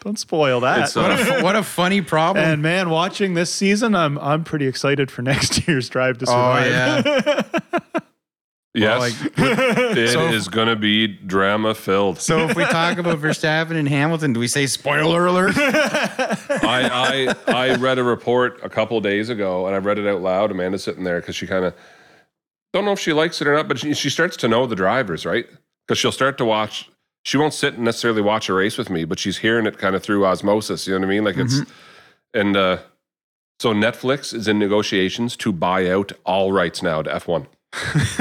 don't spoil that. It's, uh, what a funny problem. and man, watching this season, I'm I'm pretty excited for next year's Drive to oh Survive. yeah. yes. like, it is so- gonna be drama filled. So if we talk about Verstappen and Hamilton, do we say spoiler alert? I, I I read a report a couple days ago, and I read it out loud. Amanda's sitting there because she kind of don't know if she likes it or not, but she, she starts to know the drivers, right? Because she'll start to watch. She won't sit and necessarily watch a race with me, but she's hearing it kind of through osmosis. You know what I mean? Like it's Mm-hmm. and uh, so Netflix is in negotiations to buy out all rights now to F one.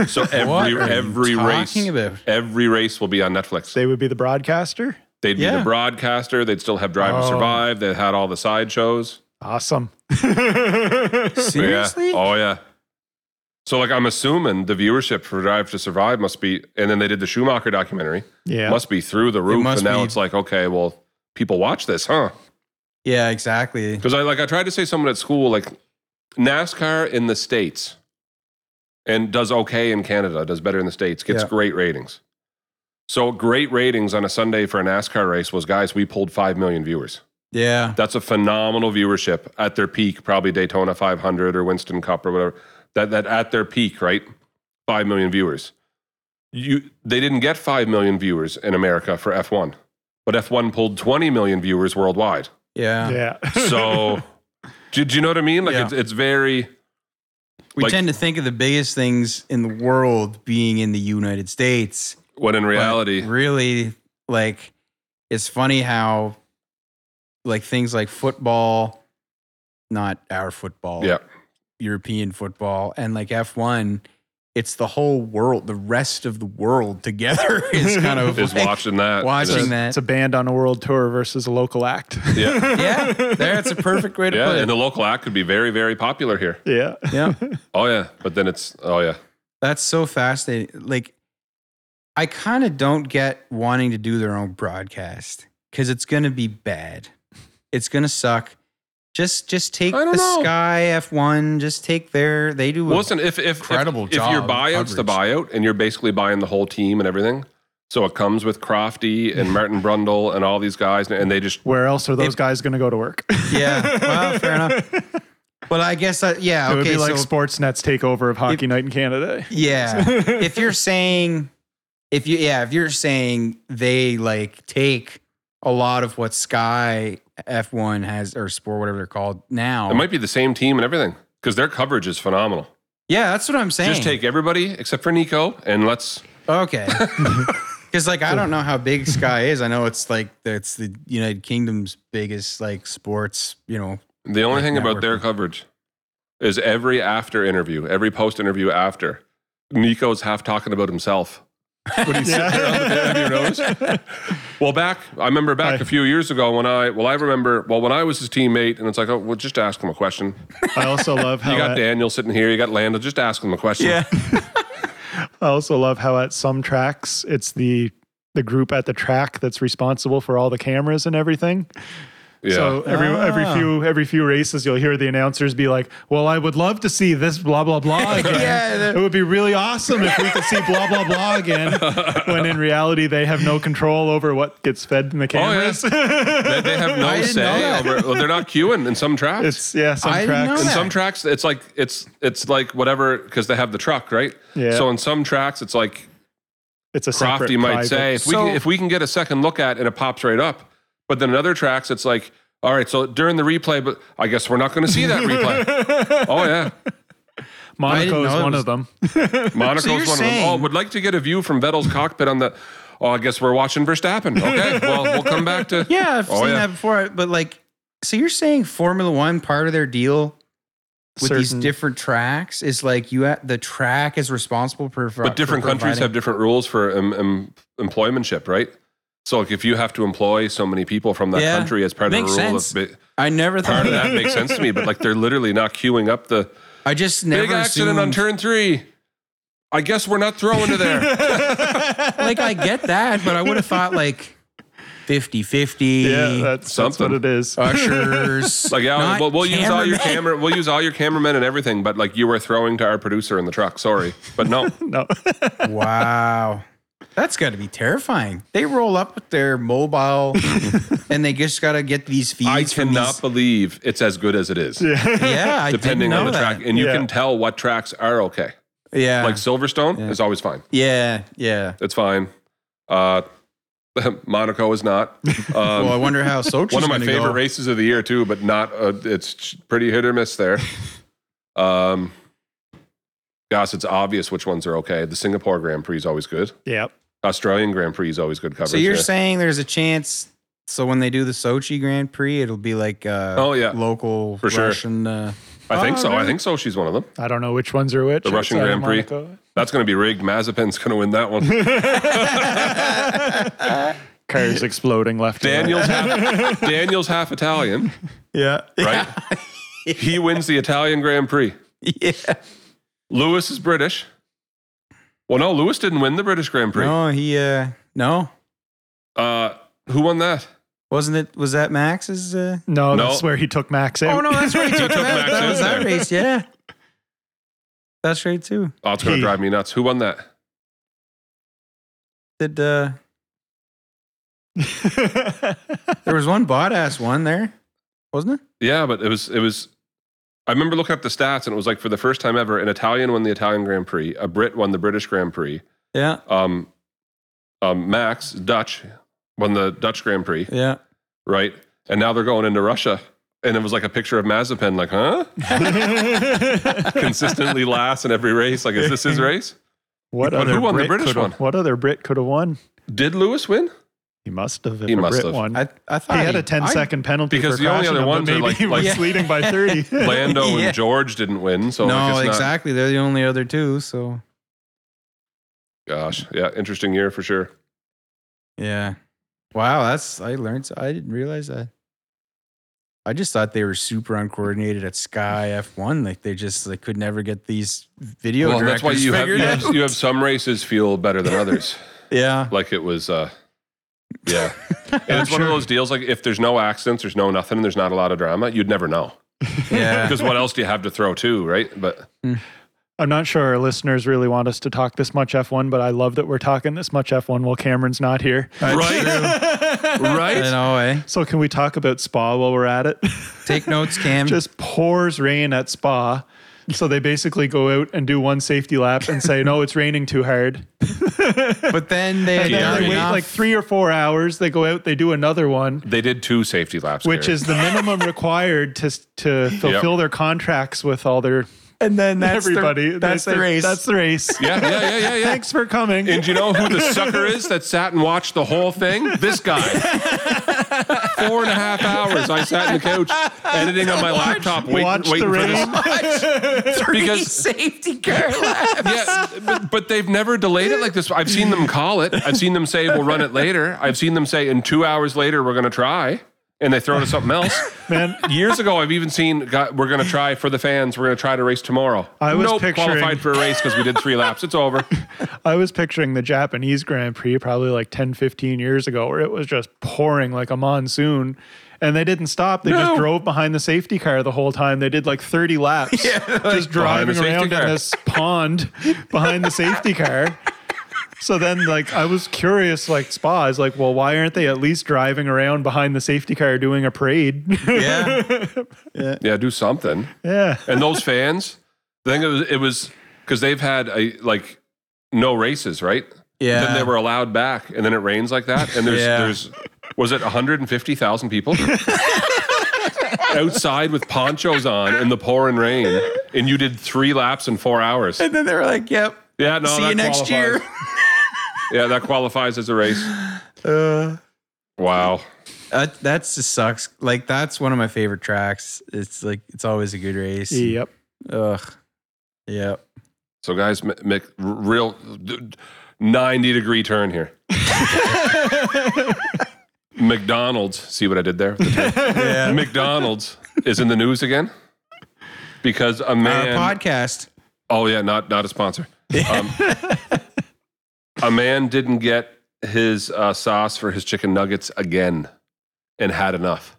So every are you every race, talking about? every race will be on Netflix. They would be the broadcaster. They'd be Yeah. the broadcaster. They'd still have Drive to Oh. Survive. They had all the side shows. Awesome. But yeah. Seriously? Oh yeah. So like I'm assuming the viewership for Drive to Survive must be, and then they did the Schumacher documentary. Yeah. Must be through the roof, must and now be. it's like, okay, well, people watch this, huh? Yeah, exactly. Because I like I tried to say someone at school like NASCAR in the states, and does okay in Canada, does better in the states, gets Yeah. great ratings. So great ratings on a Sunday for a NASCAR race was guys, we pulled five million viewers. Yeah. That's a phenomenal viewership at their peak, probably Daytona 500 or Winston Cup or whatever. That that at their peak, right? 5 million viewers. You they didn't get 5 million viewers in America for F1. But F1 pulled 20 million viewers worldwide. Yeah. yeah. So do, do you know what I mean? Like Yeah. it's it's very We Like- tend to think of the biggest things in the world being in the United States. when in but reality really, like, it's funny how, like, things like football, not our football, yeah. European football, and like F1, it's the whole world, the rest of the world together is kind of Is like, watching that. watching It is- that. It's a band on a world tour versus a local act. Yeah. yeah, that's a perfect way to Yeah, put it. and the local act could be very very popular here. Yeah. yeah, Oh yeah, but then it's oh yeah. that's so fascinating. Like, I kind of don't get wanting to do their own broadcast because it's going to be bad. It's going to suck. Just, just take I the don't know. Sky F one. Just take their. They do. Well, a- listen, if if incredible if, if your job buyout's the buyout and you're basically buying the whole team and everything, so it comes with Crofty and Martin Brundle and all these guys, and they just Where else are those guys going to go to work? yeah. Well, fair enough. But I guess I, yeah. it would okay, be like so Sportsnet's takeover of Hockey Night in Canada. Yeah. if you're saying if you yeah, if you're saying they like take a lot of what Sky F1 has or Sport whatever they're called now. it might be the same team and everything because their coverage is phenomenal. yeah, that's what I'm saying. Just take everybody except for Nico and let's Okay. Cuz like I don't know how big Sky is. I know it's like it's the United Kingdom's biggest like sports, you know. The only Like thing about their networking. coverage is every after interview, every post interview after, Nico's half talking about himself. When he's sitting there on the bed, have you noticed? Well, back I remember back a few years ago when I well I remember well when I was his teammate and it's like oh well just ask him a question. I also love how You got at- Daniel sitting here, you got Lando, just ask him a question. I also love how at some tracks it's the the group at the track that's responsible for all the cameras and everything. yeah. So every every few every few races, you'll hear the announcers be like, "Well, I would love to see this blah blah blah again. Yeah, the- it would be really awesome if we could see blah blah blah again." when in reality, they have no control over what gets fed in the Oh, yeah. cameras. they, they have no I didn't know say that. over. Well, they're not queuing in some tracks. It's yeah, some I didn't know tracks. In that. some tracks, it's like it's it's like whatever because they have the truck, right? Yeah. So in some tracks, it's like It's a Crofty separate might private- say if we So- can, if we can get a second look at it, and it pops right up. But then in other tracks, it's like, all right, so during the replay, but I guess we're not going to see that replay. oh yeah, Monaco is know it one was- of them. Monaco's you're one of saying- them. Oh, would like to get a view from Vettel's cockpit on the. Oh, I guess we're watching Verstappen. Okay, well we'll come back to. Yeah, I've Oh, seen yeah. that before. But like, so you're saying Formula One part of their deal with these Certain- different tracks is like you ha- the track is responsible for. But different countries have different rules for um, um, employmentship, right? So like if you have to employ so many people from that Yeah. country as part Makes of the rule, sense. of bi- I never part thought of that makes sense to me. But like they're literally not queuing up the I just never big accident on assumed- turn three. I guess we're not throwing to there. like I get that, but I would have thought like 50-50 Yeah, that's, that's Something. Uh, what it is. ushers. like yeah, not we'll, we'll use all your cameramen. camera, we'll use all your cameramen and everything. But like you were throwing to our producer in the truck. Sorry, but no. no. Wow. That's got to be terrifying. They roll up with their mobile and they just got to get these feeds. I from cannot these- believe it's as good as it is. yeah, I Depending didn't on know the that. track, and you Yeah. can tell what tracks are okay. Yeah. Like Silverstone is always fine. yeah. Yeah. It's fine. Uh, Monaco is not. Um, well, I wonder how Sochi's one of my gonna favorite go. races of the year too, but not. Uh, it's pretty hit or miss there. Um, gosh, it's obvious which ones are okay. The Singapore Grand Prix is always good. yep. Australian Grand Prix is always good coverage. So you're yeah. saying there's a chance. So when they do the Sochi Grand Prix, it'll be like uh, Oh, yeah. local For sure. Russian. Uh, I think Oh, so. I really? think so. She's one of them. I don't know which ones are which. The Russian outside of Grand Prix. Monaco. That's going to be rigged. Mazepin's going to win that one. Cars exploding left. and right. Daniel's half, Daniel's half Italian, yeah. right? He wins the Italian Grand Prix. Yeah. Lewis is British. Well, no, Lewis didn't win the British Grand Prix. No, he. Uh, no, Uh, who won that? wasn't it? Was that Max's? Uh, No, No. that's where he took Max Oh, out. that's right. took Max that out was that there. race. Yeah. That's right too. Oh, it's going to He. drive me nuts. Who won that? Did uh, there was one bot ass one there, wasn't it? Yeah, but it was it was. I remember looking up the stats, and it was like for the first time ever, an Italian won the Italian Grand Prix, a Brit won the British Grand Prix, Yeah. um, um, Max Dutch won the Dutch Grand Prix, Yeah. right? And now they're going into Russia, and it was like a picture of Mazepin, like, huh? Consistently last in every race. Like, is this his race? what But other who won the Brit British coulda- one? What other Brit could have won? Did Lewis win? He must have. If He a must Brit have. won. I I thought he had a he- 10 second I- penalty Because for the only crashing other him, but ones are maybe like- he was like- leading by 30. Lando Yeah. and George didn't win, so like, No, it's not- exactly. They're the only other two. So Gosh, yeah, interesting year for sure. yeah. Wow, that's I learned. so- I didn't realize that. I just thought they were super uncoordinated at Sky F1. Like they just like could never get these video. well, that's why directors you have, you figured have out. you have some races feel better than others. yeah. like it was, uh, yeah. And it's one of those deals. Like if there's no accidents, there's no nothing, and there's not a lot of drama, you'd never know. Yeah. Because what else do you have to throw to, right? But I'm not sure our listeners really want us to talk this much F1, but I love that we're talking this much F1 while Cameron's not here. right, You right. know, eh? So can we talk about Spa while we're at it? Take notes, Cam. Just pours rain at Spa. So they basically go out and do one safety lap and say, "No, it's raining too hard." but then they, And then Fair they wait enough. like three or four hours. They go out, they do another one, They did two safety laps, which Gary. is the minimum required to to fulfill their contracts with all their and then that's everybody. The, They that's the say, race. That's the race. yeah, yeah, yeah, yeah, yeah. Thanks for coming. And you know who the sucker is that sat and watched the whole thing? This guy. Four and a half hours I sat in the couch editing on my laptop, waiting, Watch the waiting for rain. this. because safety car laps. yeah, but, but they've never delayed it like this. I've seen them call it. I've seen them say we'll run it later. I've seen them say in two hours later we're going to try, and they throw to something else. Man. years ago I've even seen got, we're going to try for the fans. We're going to try to race tomorrow. I was nope, picturing- qualified for a race because we did three laps. It's over. I was picturing the Japanese Grand Prix probably like 10, 15 years ago, where it was just pouring like a monsoon. And they didn't stop. They No. just drove behind the safety car the whole time. They did like 30 laps, just Behind the driving safety around car. in this pond behind the safety car. So then, like, I was curious, like, Spa is like, well, why aren't they at least driving around behind the safety car doing a parade? Yeah. Yeah, do something. yeah. And those fans, I think it was it was because they've had a like no races, right? Yeah. Then they were allowed back, and then it rains like that, and there's Yeah. there's was it 150,000 people outside with ponchos on in the pouring rain, and you did three laps in four hours. and then they were like, "Yep, Yeah, no, see that you next year." qualifies. Yeah, that qualifies as a race. Wow. Uh, That that's just sucks. Like that's one of my favorite tracks. It's like it's always a good race. Yep. Ugh. Yep. So guys, m- make r- real d- d- 90 degree turn here. McDonald's, see what I did there? Yeah. McDonald's is in the news again because a Our man. Uh, podcast. oh yeah, not not a sponsor. Um, a man didn't get his uh, sauce for his chicken nuggets again, and had enough.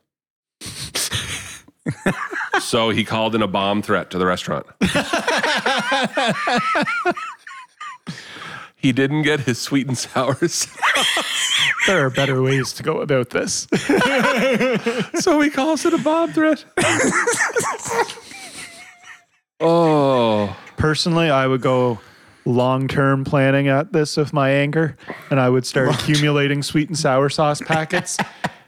so he called in a bomb threat to the restaurant. he didn't get his sweet and sours. There are better ways to go about this. so he calls it a bomb threat. oh. Personally, I would go long term planning at this with my anger, and I would start accumulating sweet and sour sauce packets.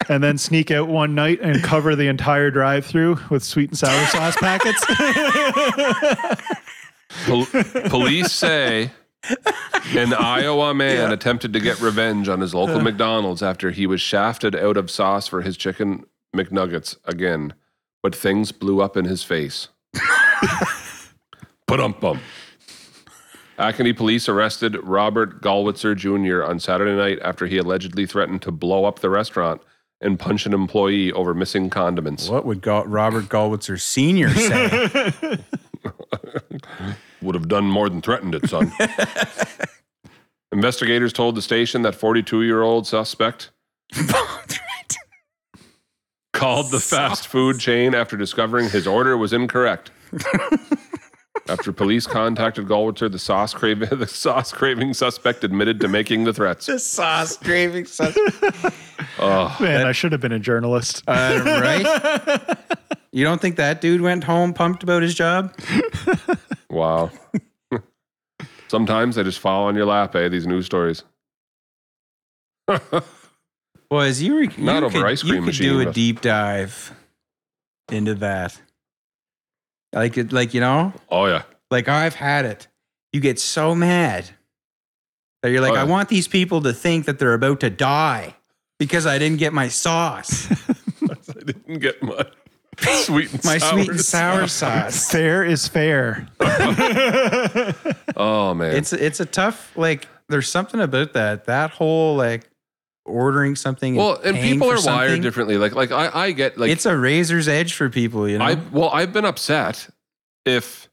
And then sneak out one night and cover the entire drive through with sweet and sour sauce packets. Pol- police say an Iowa man attempted to get revenge on his local McDonald's after he was shafted out of sauce for his chicken McNuggets again, but things blew up in his face. Put bum. Acme police arrested Robert Galwitzer Jr. on Saturday night after he allegedly threatened to blow up the restaurant and punch an employee over missing condiments. What would Gal- Robert Galwitzer Senior say? Would have done more than threatened it, son. Investigators told the station that 42 year old suspect called the fast food chain after discovering his order was incorrect. after police contacted Galwitzer, the sauce, craving, the sauce craving suspect admitted to making the threats. the sauce craving sauce. Man, I should have been a journalist. Uh, right? You don't think that dude went home pumped about his job? Wow. Sometimes they just fall on your lap, eh? These news stories. Boys, you, were, you Not could, over ice you cream could machine, do a but- deep dive into that. Like it, like you know, Oh, yeah. like I've had it. You get so mad that you're like, Oh, yeah. I want these people to think that they're about to die because I didn't get my sauce, I didn't get my sweet and my sour sweet and sour sauce. sauce. fair is fair. Oh, man. It's it's a tough like. There's something about that. That whole like ordering something. well, and paying people for are something, wired differently. Like, like I, I get like it's a razor's edge for people, you know. I well, I've been upset if,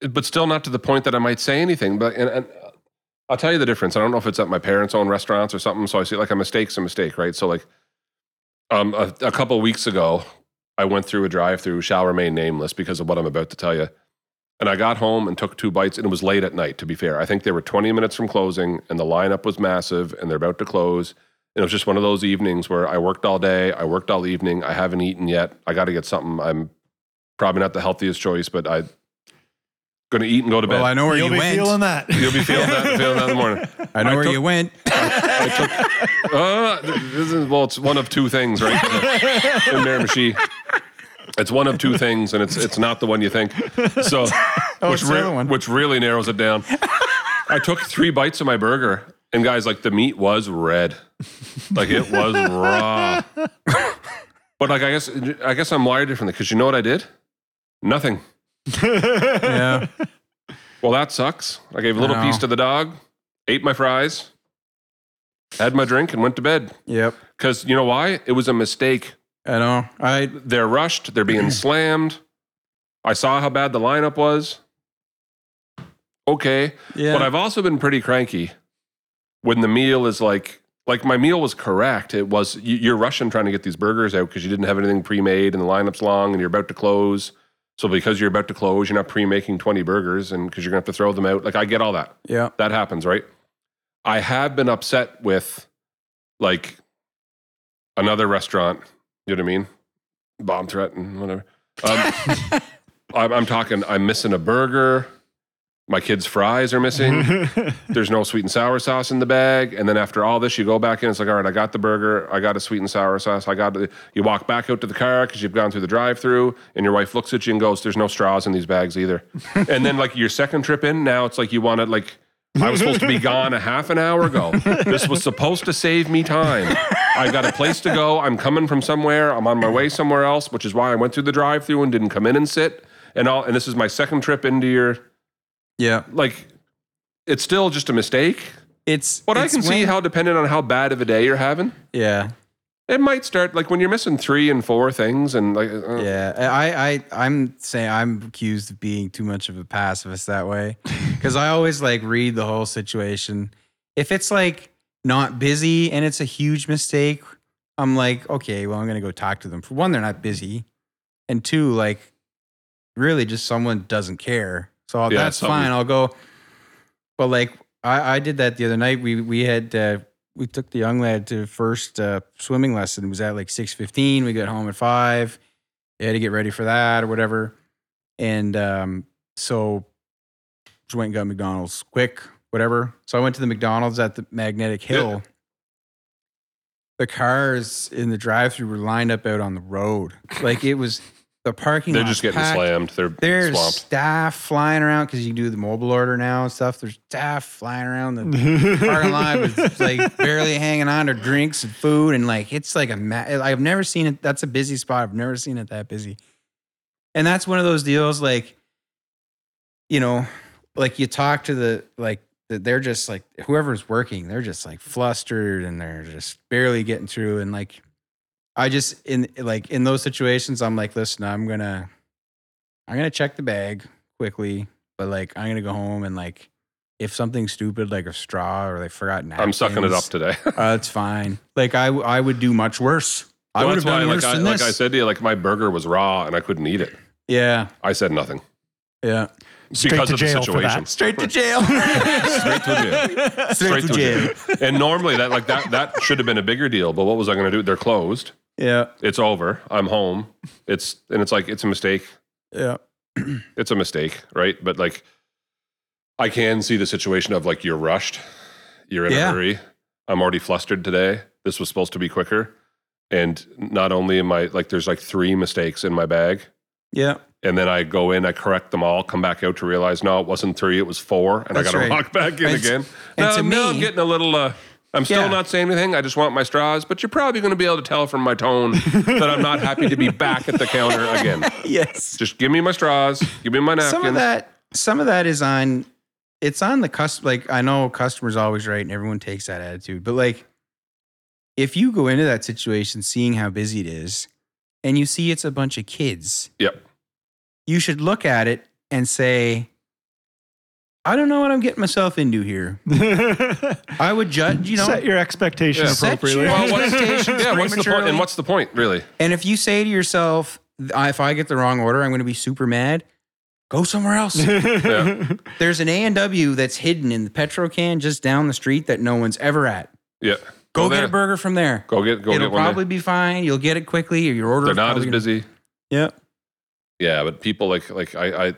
but still not to the point that I might say anything. But and, and I'll tell you the difference. I don't know if it's at my parents' own restaurants or something. So I see like a mistake's a mistake, right? So like, um, a, a couple weeks ago, I went through a drive-through, shall remain nameless because of what I'm about to tell you. And I got home and took two bites, and it was late at night. To be fair, I think they were 20 minutes from closing, and the lineup was massive, and they're about to close. And it was just one of those evenings where I worked all day, I worked all evening, I haven't eaten yet. I got to get something. I'm probably not the healthiest choice, but I'm going to eat and go to bed. well, I know where You'll you be went. feeling that. You'll be feeling that, feeling that in the morning. I know I where took- you went. Uh, this is, well, it's one of two things, right? in Miramichi. It's one of two things, and it's it's not the one you think. So, which, Oh, it's the re- other one. which really narrows it down. I took three bites of my burger, and guys, like the meat was red, like it was raw. but like I guess I guess I'm wired differently because you know what I did? Nothing. yeah. Well, that sucks. I gave a little I know. piece to the dog, ate my fries, had my drink, and went to bed. Yep. Because you know why? It was a mistake. I know. I They're rushed. They're being slammed. I saw how bad the lineup was. Okay. yeah. But I've also been pretty cranky when the meal is like, like my meal was correct. It was, you- you're rushing trying to get these burgers out because you didn't have anything pre made and the lineup's long and you're about to close. So because you're about to close, you're not pre making 20 burgers and because you're going to have to throw them out. Like I get all that yeah. that happens, right? I have been upset with like another restaurant. You know what I mean? Bomb threat and whatever. Um, I'm, I'm talking. I'm missing a burger. My kids' fries are missing. There's no sweet and sour sauce in the bag. And then after all this, you go back in. It's like, all right, I got the burger. I got a sweet and sour sauce. I got. The, you walk back out to the car because you've gone through the drive-through, and your wife looks at you and goes, "There's no straws in these bags either." and then like your second trip in, now it's like you want to like. I was supposed to be gone a half an hour ago. This was supposed to save me time. I've got a place to go. I'm coming from somewhere. I'm on my way somewhere else, which is why I went through the drive-through and didn't come in and sit. And all. And this is my second trip into your Yeah. like it's still just a mistake. It's But I it's can see when- how dependent on how bad of a day you're having, Yeah. it might start like when you're missing three and four things and like uh, Yeah, I, I, I'm saying I'm accused of being too much of a pacifist that way, because I always like read the whole situation. If it's like not busy and it's a huge mistake, I'm like, okay, well, I'm gonna go talk to them. For one, they're not busy, and two, like, really, just someone doesn't care. So "Oh, Yeah, that's something- fine. I'll go. But like, I, I did that the other night. We we had uh, we took the young lad to first uh, swimming lesson. It was at like six fifteen. We got home at five. They had to get ready for that or whatever. And um, so just went and got McDonald's quick, whatever. So I went to the McDonald's at the Magnetic Hill. Yeah. The cars in the drive-through were lined up out on the road. Like it was the parking. they're lot's just getting packed. slammed. They're There's swamped. staff flying around because you can do the mobile order now and stuff. There's staff flying around the parking lot was like barely hanging on to drinks and food and like it's like a ma- I've never seen it that's a busy spot I've never seen it that busy and that's one of those deals like you know like you talk to the like that they're just like whoever's working they're just like flustered and they're just barely getting through and like I just in like in those situations I'm like listen I'm gonna I'm gonna check the bag quickly but like I'm gonna go home and like if something stupid like a straw or they forgot napkins, I'm sucking it up today. Uh, it's fine. Like I, w- I would do much worse. I Well, would have that's why, done like worse I, than like this. I said to you, like my burger was raw and I couldn't eat it. yeah, I said nothing yeah. Straight because to of the jail for situation. that. Straight to jail. Straight to jail. Straight to jail. and normally that like that that should have been a bigger deal. But what was I going to do? They're closed. Yeah, It's over. I'm home. It's and it's like it's a mistake. yeah. it's a mistake, right? But like, I can see the situation of like you're rushed, you're in a Yeah. hurry. I'm already flustered today. This was supposed to be quicker, and not only am I like there's like three mistakes in my bag, Yeah, and then I go in, I correct them all, come back out to realize no, it wasn't three, it was four, and I got That's to right. walk back in And- again. and Now, to now me- I'm getting a little. uh I'm still Yeah. not saying anything. I just want my straws, but you're probably going to be able to tell from my tone that I'm not happy to be back at the counter again. yes. Just give me my straws, give me my napkins. Some of that, some of that is on. It's on the customer. Like I know customers always right, and everyone takes that attitude. But like, if you go into that situation, seeing how busy it is, and you see it's a bunch of kids, Yep. you should look at it and say, I don't know what I'm getting myself into here. I would judge, you know. set your expectation Yeah. Set appropriately. your Well, what's, Expectations yeah, what's the point? prematurely. And what's the point, really? and if you say to yourself, "Th- if I get the wrong order, I'm going to be super mad, go somewhere else. Yeah. There's an A&W that's hidden in the petrol can just down the street that no one's ever at. Yeah. Go get there. a burger from there. Go get. Go It'll get one. probably Probably be fine. You'll get it quickly or your order They're is not as probably gonna- busy. Yeah. Yeah, but people like like I, I,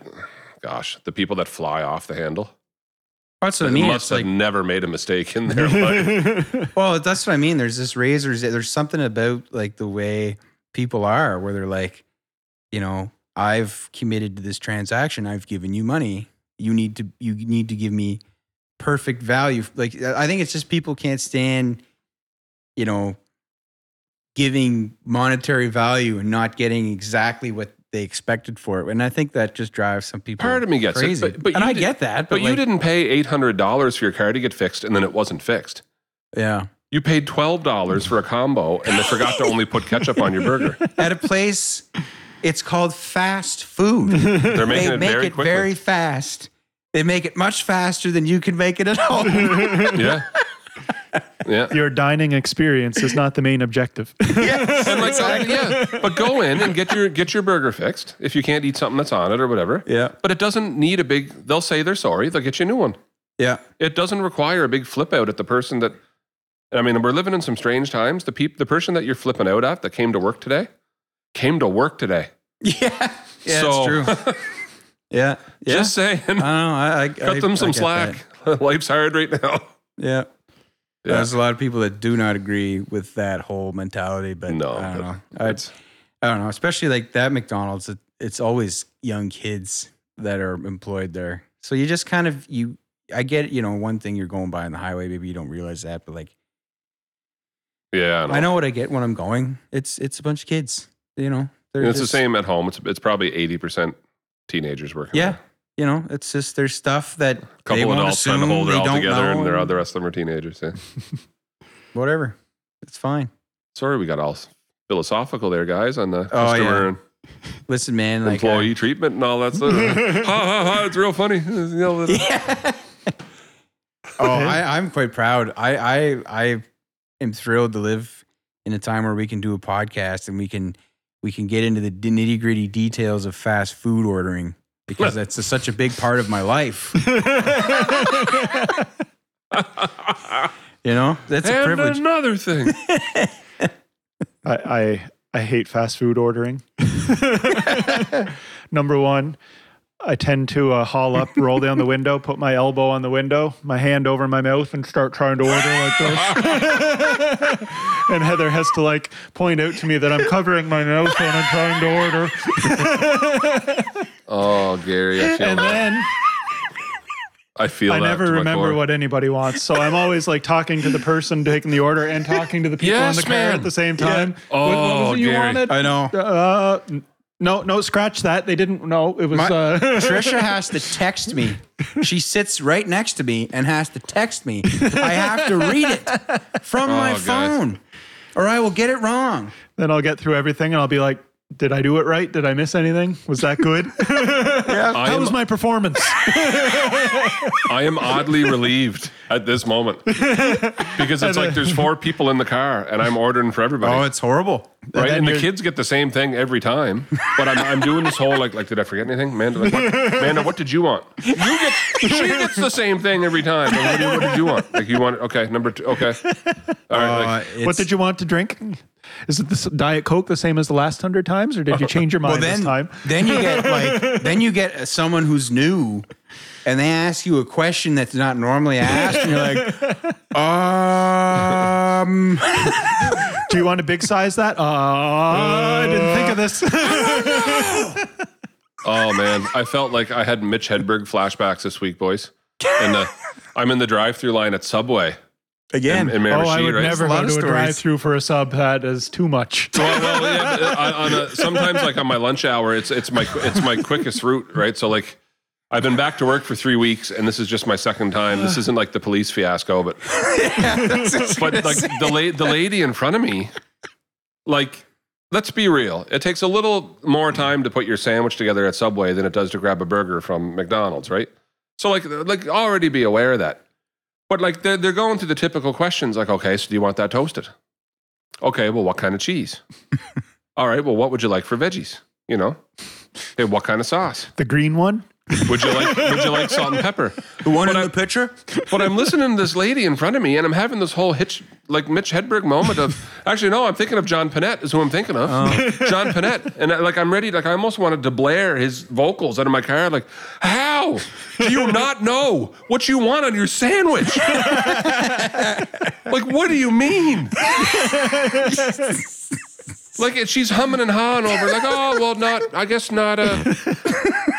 gosh, the people that fly off the handle That's what I mean. must It's have like, never made a mistake in their life. well, that's what I mean. There's this razor's. There's something about like the way people are where they're like, you know, I've committed to this transaction. I've given you money. You need to you need to give me perfect value. Like I think it's just people can't stand, you know, giving monetary value and not getting exactly what they expected for it. And I think that just drives some people. Part of me gets it, crazy. but- but and you I did- get that. But, But you like, didn't pay eight hundred dollars for your car to get fixed, and then it wasn't fixed. Yeah. You paid twelve dollars for a combo, and they forgot to only put ketchup on your burger. At a place, it's called fast food. They're making they it make very it quickly. very fast. They make it much faster than you can make it at home. yeah. Yeah. Your dining experience is not the main objective. And like, yeah, but go in and get your get your burger fixed if you can't eat something that's on it or whatever. Yeah. But it doesn't need a big. They'll say they're sorry. They'll get you a new one. Yeah. It doesn't require a big flip out at the person that. And I mean, we're living in some strange times. The peop, the person that you're flipping out at that came to work today, came to work today. Yeah. Yeah, So- it's true. Yeah. Yeah. Just saying. I don't know. I, I Cut I- them I some get that. slack. Life's hard right now. Yeah. Yeah. There's a lot of people that do not agree with that whole mentality, but No, I but don't know. I, I don't know, especially like that McDonald's. It, it's always young kids that are employed there, so you just kind of you. I get you know one thing you're going by on the highway, maybe you don't realize that, but like Yeah, I know what I get when I'm going. It's it's a bunch of kids, you know. They're And it's just- the same at home. It's it's probably eighty percent teenagers working. Yeah, there. you know, it's just there's stuff that a couple they won't adults trying to assume, hold it they all don't together, and they're know. all the rest of them are teenagers. Yeah. whatever. It's fine. Sorry, we got all philosophical there, guys, on the Oh, yeah. customer and Listen, man, like uh, employee treatment and all that stuff. ha ha ha! It's real funny. You know, Yeah. oh, I, I'm quite proud. I, I I am thrilled to live in a time where we can do a podcast and we can we can get into the nitty gritty details of fast food ordering because that's a, such a big part of my life. you know, that's a and privilege. another thing. I, I I hate fast food ordering. Number one, I tend to uh, haul up, roll down the window, put my elbow on the window, my hand over my mouth, and start trying to order like this. and Heather has to like point out to me that I'm covering my mouth when I'm trying to order, Oh, Gary, I feel and that. then I feel. I that never to my remember core. what anybody wants. So I'm always like talking to the person taking the order and talking to the people Yes, on the car ma'am. at the same time. Oh, what, what was it you Gary. wanted? I know. Uh, n- no, no, scratch that. They didn't know it was. My- uh, Trisha has to text me. She sits right next to me and has to text me. I have to read it from my Oh, guys. phone, or I will get it wrong. then I'll get through everything and I'll be like, "Did I do it right? Did I miss anything? Was that good? I How am, was my performance?" I am oddly relieved at this moment because it's like there's four people in the car, and I'm ordering for everybody. Oh, it's horrible. Right, then and the you're- kids get the same thing every time. But I'm, I'm doing this whole like, like, did I forget anything, Amanda? Like, what, Amanda, what did you want? You get, she gets the same thing every time. Like, what, do you, what did you want? Like, you want okay, number two, okay, all Uh, right. like, what did you want to drink? Is it this diet coke the same as the last hundred times, or did you change your mind Well, then, this time? then you get like, then you get someone who's new, and they ask you a question that's not normally asked, and you're like, um, Do you want to big size that? Uh, I didn't think of this. Uh. oh man, I felt like I had Mitch Hedberg flashbacks this week, boys. And uh, I'm in the drive-through line at Subway again, in, in oh, Marashi, I would right? never There's a go lot of to a stories. drive-through for a sub. That is too much. Well, well, yeah, but, uh, on- on a, sometimes like on my lunch hour, it's it's my it's my quickest route, right? So like, I've been back to work for three weeks, and this is just my second time. This isn't like the police fiasco, but but like the la- the lady in front of me, like. Let's be real. It takes a little more time to put your sandwich together at Subway than it does to grab a burger from McDonald's, right? So like uh, like already be aware of that. But like they're they're going through the typical questions like, okay, so do you want that toasted? Okay, well, what kind of cheese? All right, well, what would you like for veggies? You know? Hey, what kind of sauce? The green one. Would you like would you like salt and pepper? the one in the picture. But I'm listening to this lady in front of me and I'm having this whole hitch like Mitch Hedberg moment of actually no, I'm thinking of John Panette is who I'm thinking of. John Panette. And I, like I'm ready, like I almost wanted to blare his vocals out of my car, like, how do you not know what you want on your sandwich? like, what do you mean? Like it- she's humming and hawing over, like, oh well, not. I guess not. Uh,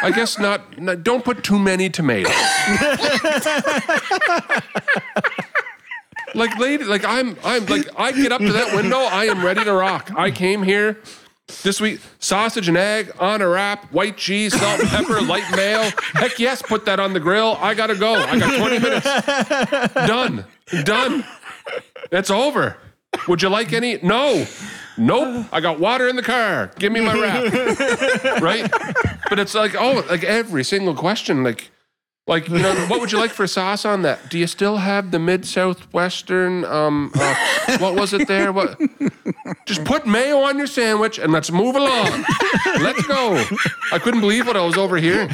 I guess not, not. Don't put too many tomatoes. like lady, like I'm, I'm like I get up to that window. I am ready to rock. I came here this week, sausage and egg on a wrap, white cheese, salt and pepper, light mayo. Heck yes, put that on the grill. I gotta go. I got 20 minutes. Done. Done. That's over. Would you like any? No. Nope. I got water in the car. Give me my wrap. right? But it's like, oh, like every single question, like, like you know, what would you like for sauce on that? Do you still have the mid southwestern? Um, uh, what was it there? What? Just put mayo on your sandwich and let's move along. Let's go. I couldn't believe what I was over here.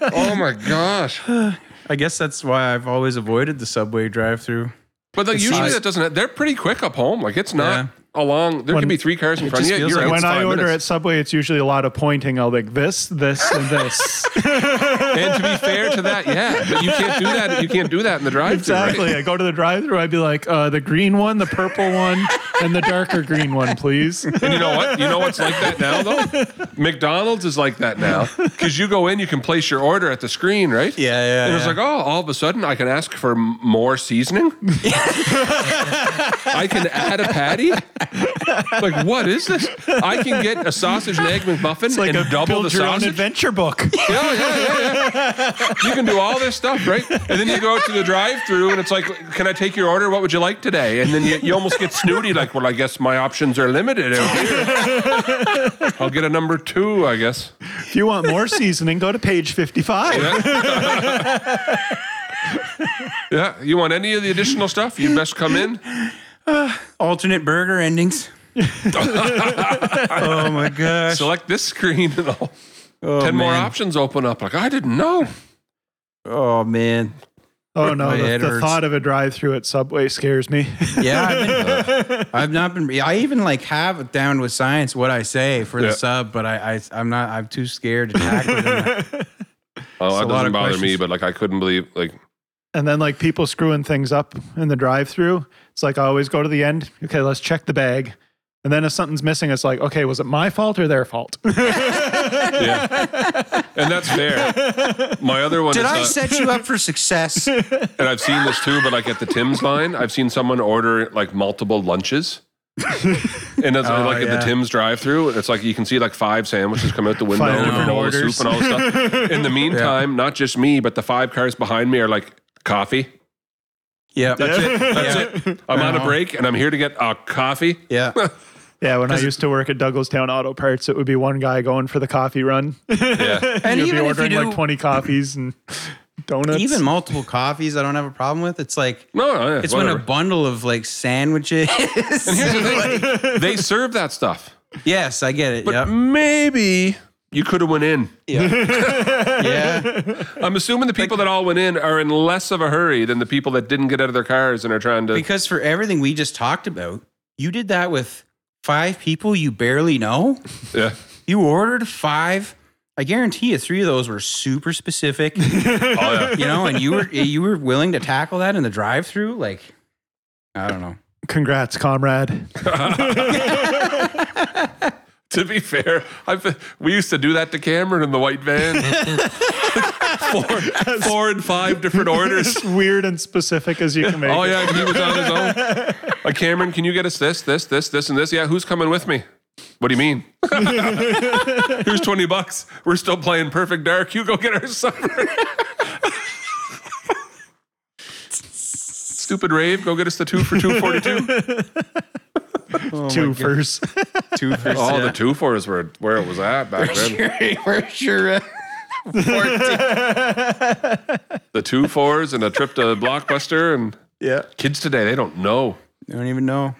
Oh my gosh. I guess that's why I've always avoided the subway drive-through. But like It's usually nice. that doesn't. They're pretty quick up home. Like it's not. along. There When- could be three cars in front of just you. feels You're like out when I five order minutes. at Subway, it's usually a lot of pointing. I'll like this, this, and this. and to be fair to that, yeah, but you can't do that. You can't do that in the drive-through. exactly. I go to the drive-through. I'd be like, uh, the green one, the purple one, and the darker green one, please. And you know what? You know what's like that now though? McDonald's is like that now because you go in, you can place your order at the screen, right? Yeah, yeah, And it's yeah. like, oh, all of a sudden I can ask for m- more seasoning. I can add a patty. Like, what is this? I can get a sausage and egg McMuffin Like and a double the build your own sausage. adventure book. Yeah, yeah, yeah, yeah. You can do all this stuff, right? And then you go to the drive-through, and it's like, "Can I take your order? What would you like today?" And then you, you almost get snooty, like, "Well, I guess my options are limited. out here. I'll get a number two, I guess." If you want more seasoning, go to page 55. Yeah, you want any of the additional stuff? You best come in. Alternate burger endings. oh my gosh. Select this screen, and all Oh, ten more man. options open up. Like, I didn't know. Oh man. Oh no, My the, head the hurts. thought of a drive-through at Subway scares me. Yeah, I've, been, uh, I've not been. I even like have it down with science what I say for Yeah. the sub, but I, I I'm not. I'm too scared to tackle it. Oh, a that lot doesn't of bother me, questions. but like, I couldn't believe like. and then like people screwing things up in the drive-through. It's like I always go to the end. Okay, let's check the bag. And then if something's missing, it's like, okay, was it my fault or their fault? Yeah. And that's fair. My other one Did is I not- set you up for success? And I've seen this too, but like at the Tim's line, I've seen someone order like multiple lunches. and it's like at yeah. the Tim's drive through, it's like you can see like five sandwiches come out the window Five and different all the orders. soup and all the stuff. In the meantime, not just me, but the five cars behind me are like, coffee. yeah, That's it. That's Yeah. it. I'm on a Uh-huh. break and I'm here to get a coffee. yeah. yeah, when I used to work at Douglastown Auto Parts, it would be one guy going for the coffee run. Yeah. And You'd even be if you ordering do- like 20 coffees and donuts. Even multiple coffees, I don't have a problem with. It's like No, no, yeah, it's when a whatever. bundle of like sandwiches. they serve that stuff. yes, I get it. But Yep. maybe you could have went in. Yeah. I'm assuming the people that all went in are in less of a hurry than the people that didn't get out of their cars and are trying to. Because for everything we just talked about, you did that with five people you barely know. yeah. You ordered five. I guarantee you, three of those were super specific. Oh, yeah. you know, and you were you were willing to tackle that in the drive-through. Like, I don't know. Congrats, comrade. To be fair, I've, we used to do that to Cameron in the white van. four, four and five different orders. As weird and specific as you can make. Oh it. yeah, he was on his own. Like Cameron, can you get us this, this, this, this, and this? Yeah, who's coming with me? What do you mean? Here's twenty bucks. We're still playing Perfect Dark. You go get our supper. Stupid rave, go get us the two for two forty two. two first. Two for All the two fours were where it was at back then. Where's your uh, the two fours and a trip to Blockbuster and yeah. kids today they don't know. I don't even know.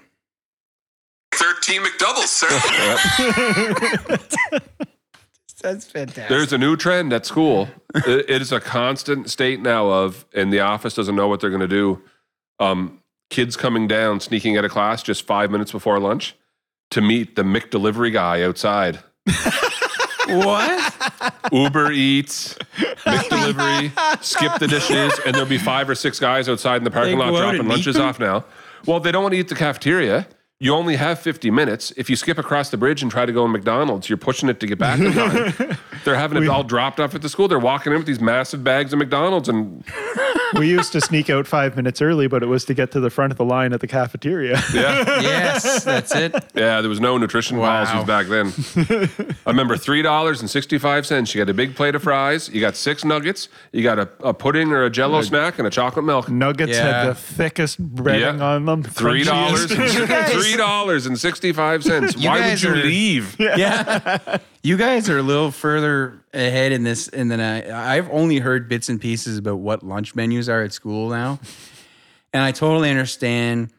13 McDoubles, sir. That's fantastic. There's a new trend at school. it it is a constant state now of, and the office doesn't know what they're going to do. Um, kids coming down, sneaking out of class just five minutes before lunch to meet the Mick delivery guy outside. what? Uber Eats, Mick delivery, skip the dishes, and there'll be five or six guys outside in the parking They lot go out dropping and eat lunches them? off now. Well, they don't want to eat the cafeteria. You only have 50 minutes. If you skip across the bridge and try to go in McDonald's, you're pushing it to get back in time. They're having it all dropped off at the school. They're walking in with these massive bags of McDonald's and We used to sneak out five minutes early, but it was to get to the front of the line at the cafeteria. yeah, Yes, that's it. yeah there was no nutrition Wow. policies back then. I remember $3.65. You got a big plate of fries, you got six nuggets, you got a, a pudding or a jello snack and a chocolate milk. Nuggets had Yeah. the thickest breading Yeah. on them. Three dollars, crunchiest. three dollars and sixty-five cents. You Why would guys you are- leave? Yeah. You guys are a little further ahead in this, and then I, I've only heard bits and pieces about what lunch menus are at school now, and I totally understand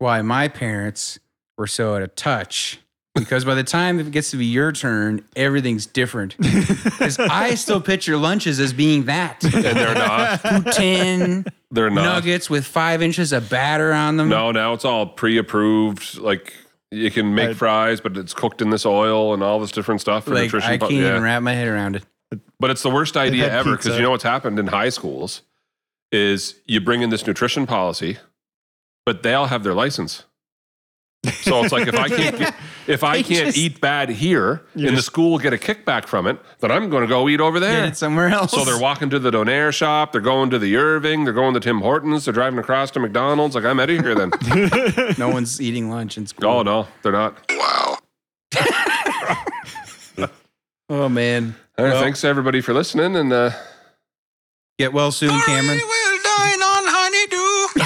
why my parents were so out of touch. Because by the time it gets to be your turn, everything's different. Because I still picture lunches as being that And they're not. poutine, They're not. nuggets with five inches of batter on them. No, now it's all pre-approved. Like You can make I- fries, but it's cooked in this oil and all this different stuff for Like nutrition. I po- can't yeah. even wrap my head around it. But it's the worst idea had ever because pizza. you know what's happened in high schools is you bring in this nutrition policy, but they all have their license. So it's like if I can't get, if I They can't just- eat bad here and You the just- school will get a kickback from it, then I'm going to go eat over there. Get it somewhere else. so they're walking to the Donair shop, they're going to the Irving, they're going to Tim Hortons, they're driving across to McDonald's. Like I'm out of here then. no one's eating lunch in school. oh no, they're not. Wow. Oh man. All right, Well- thanks everybody for listening and uh, Get well soon, Cameron. will dine on honeydew.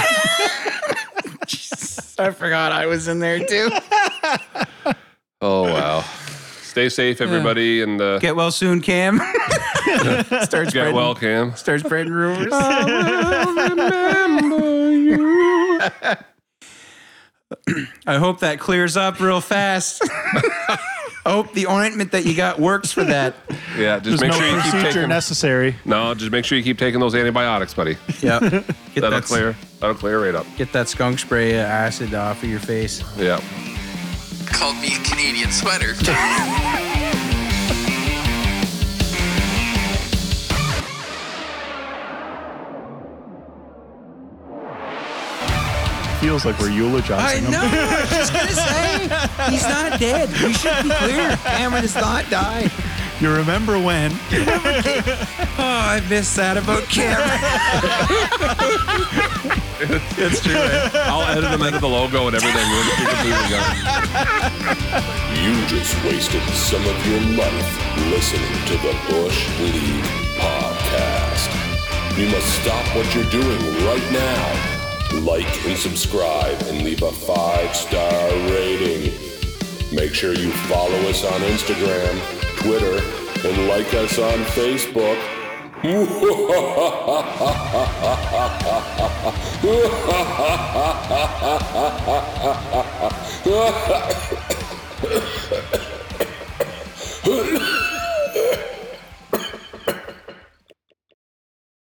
I forgot I was in there too. oh wow, stay safe everybody and uh, Get well soon, Cam. start get spreading, well, Cam. Start spreading rumors. I hope that clears up real fast. I hope the ointment that you got works for that. Yeah, just There's make no sure you keep procedure taking. necessary. no, just make sure you keep taking those antibiotics, buddy. Yeah. Get That'll that clear. That'll clear right up. Get that skunk spray acid off of your face. Yeah. Called me a Canadian sweater. Feels like we're eulogizing him. I was just gonna say he's not dead. We should be clear. Cameron has not died. You remember when? Oh, I missed that about Cameron. It's true. I'll edit them into the logo and everything. We'll keep it moving, guys. You just wasted some of your life listening to the Bush League podcast. You must stop what you're doing right now. Like and subscribe and leave a five star rating. Make sure you follow us on Instagram, Twitter, and like us on Facebook.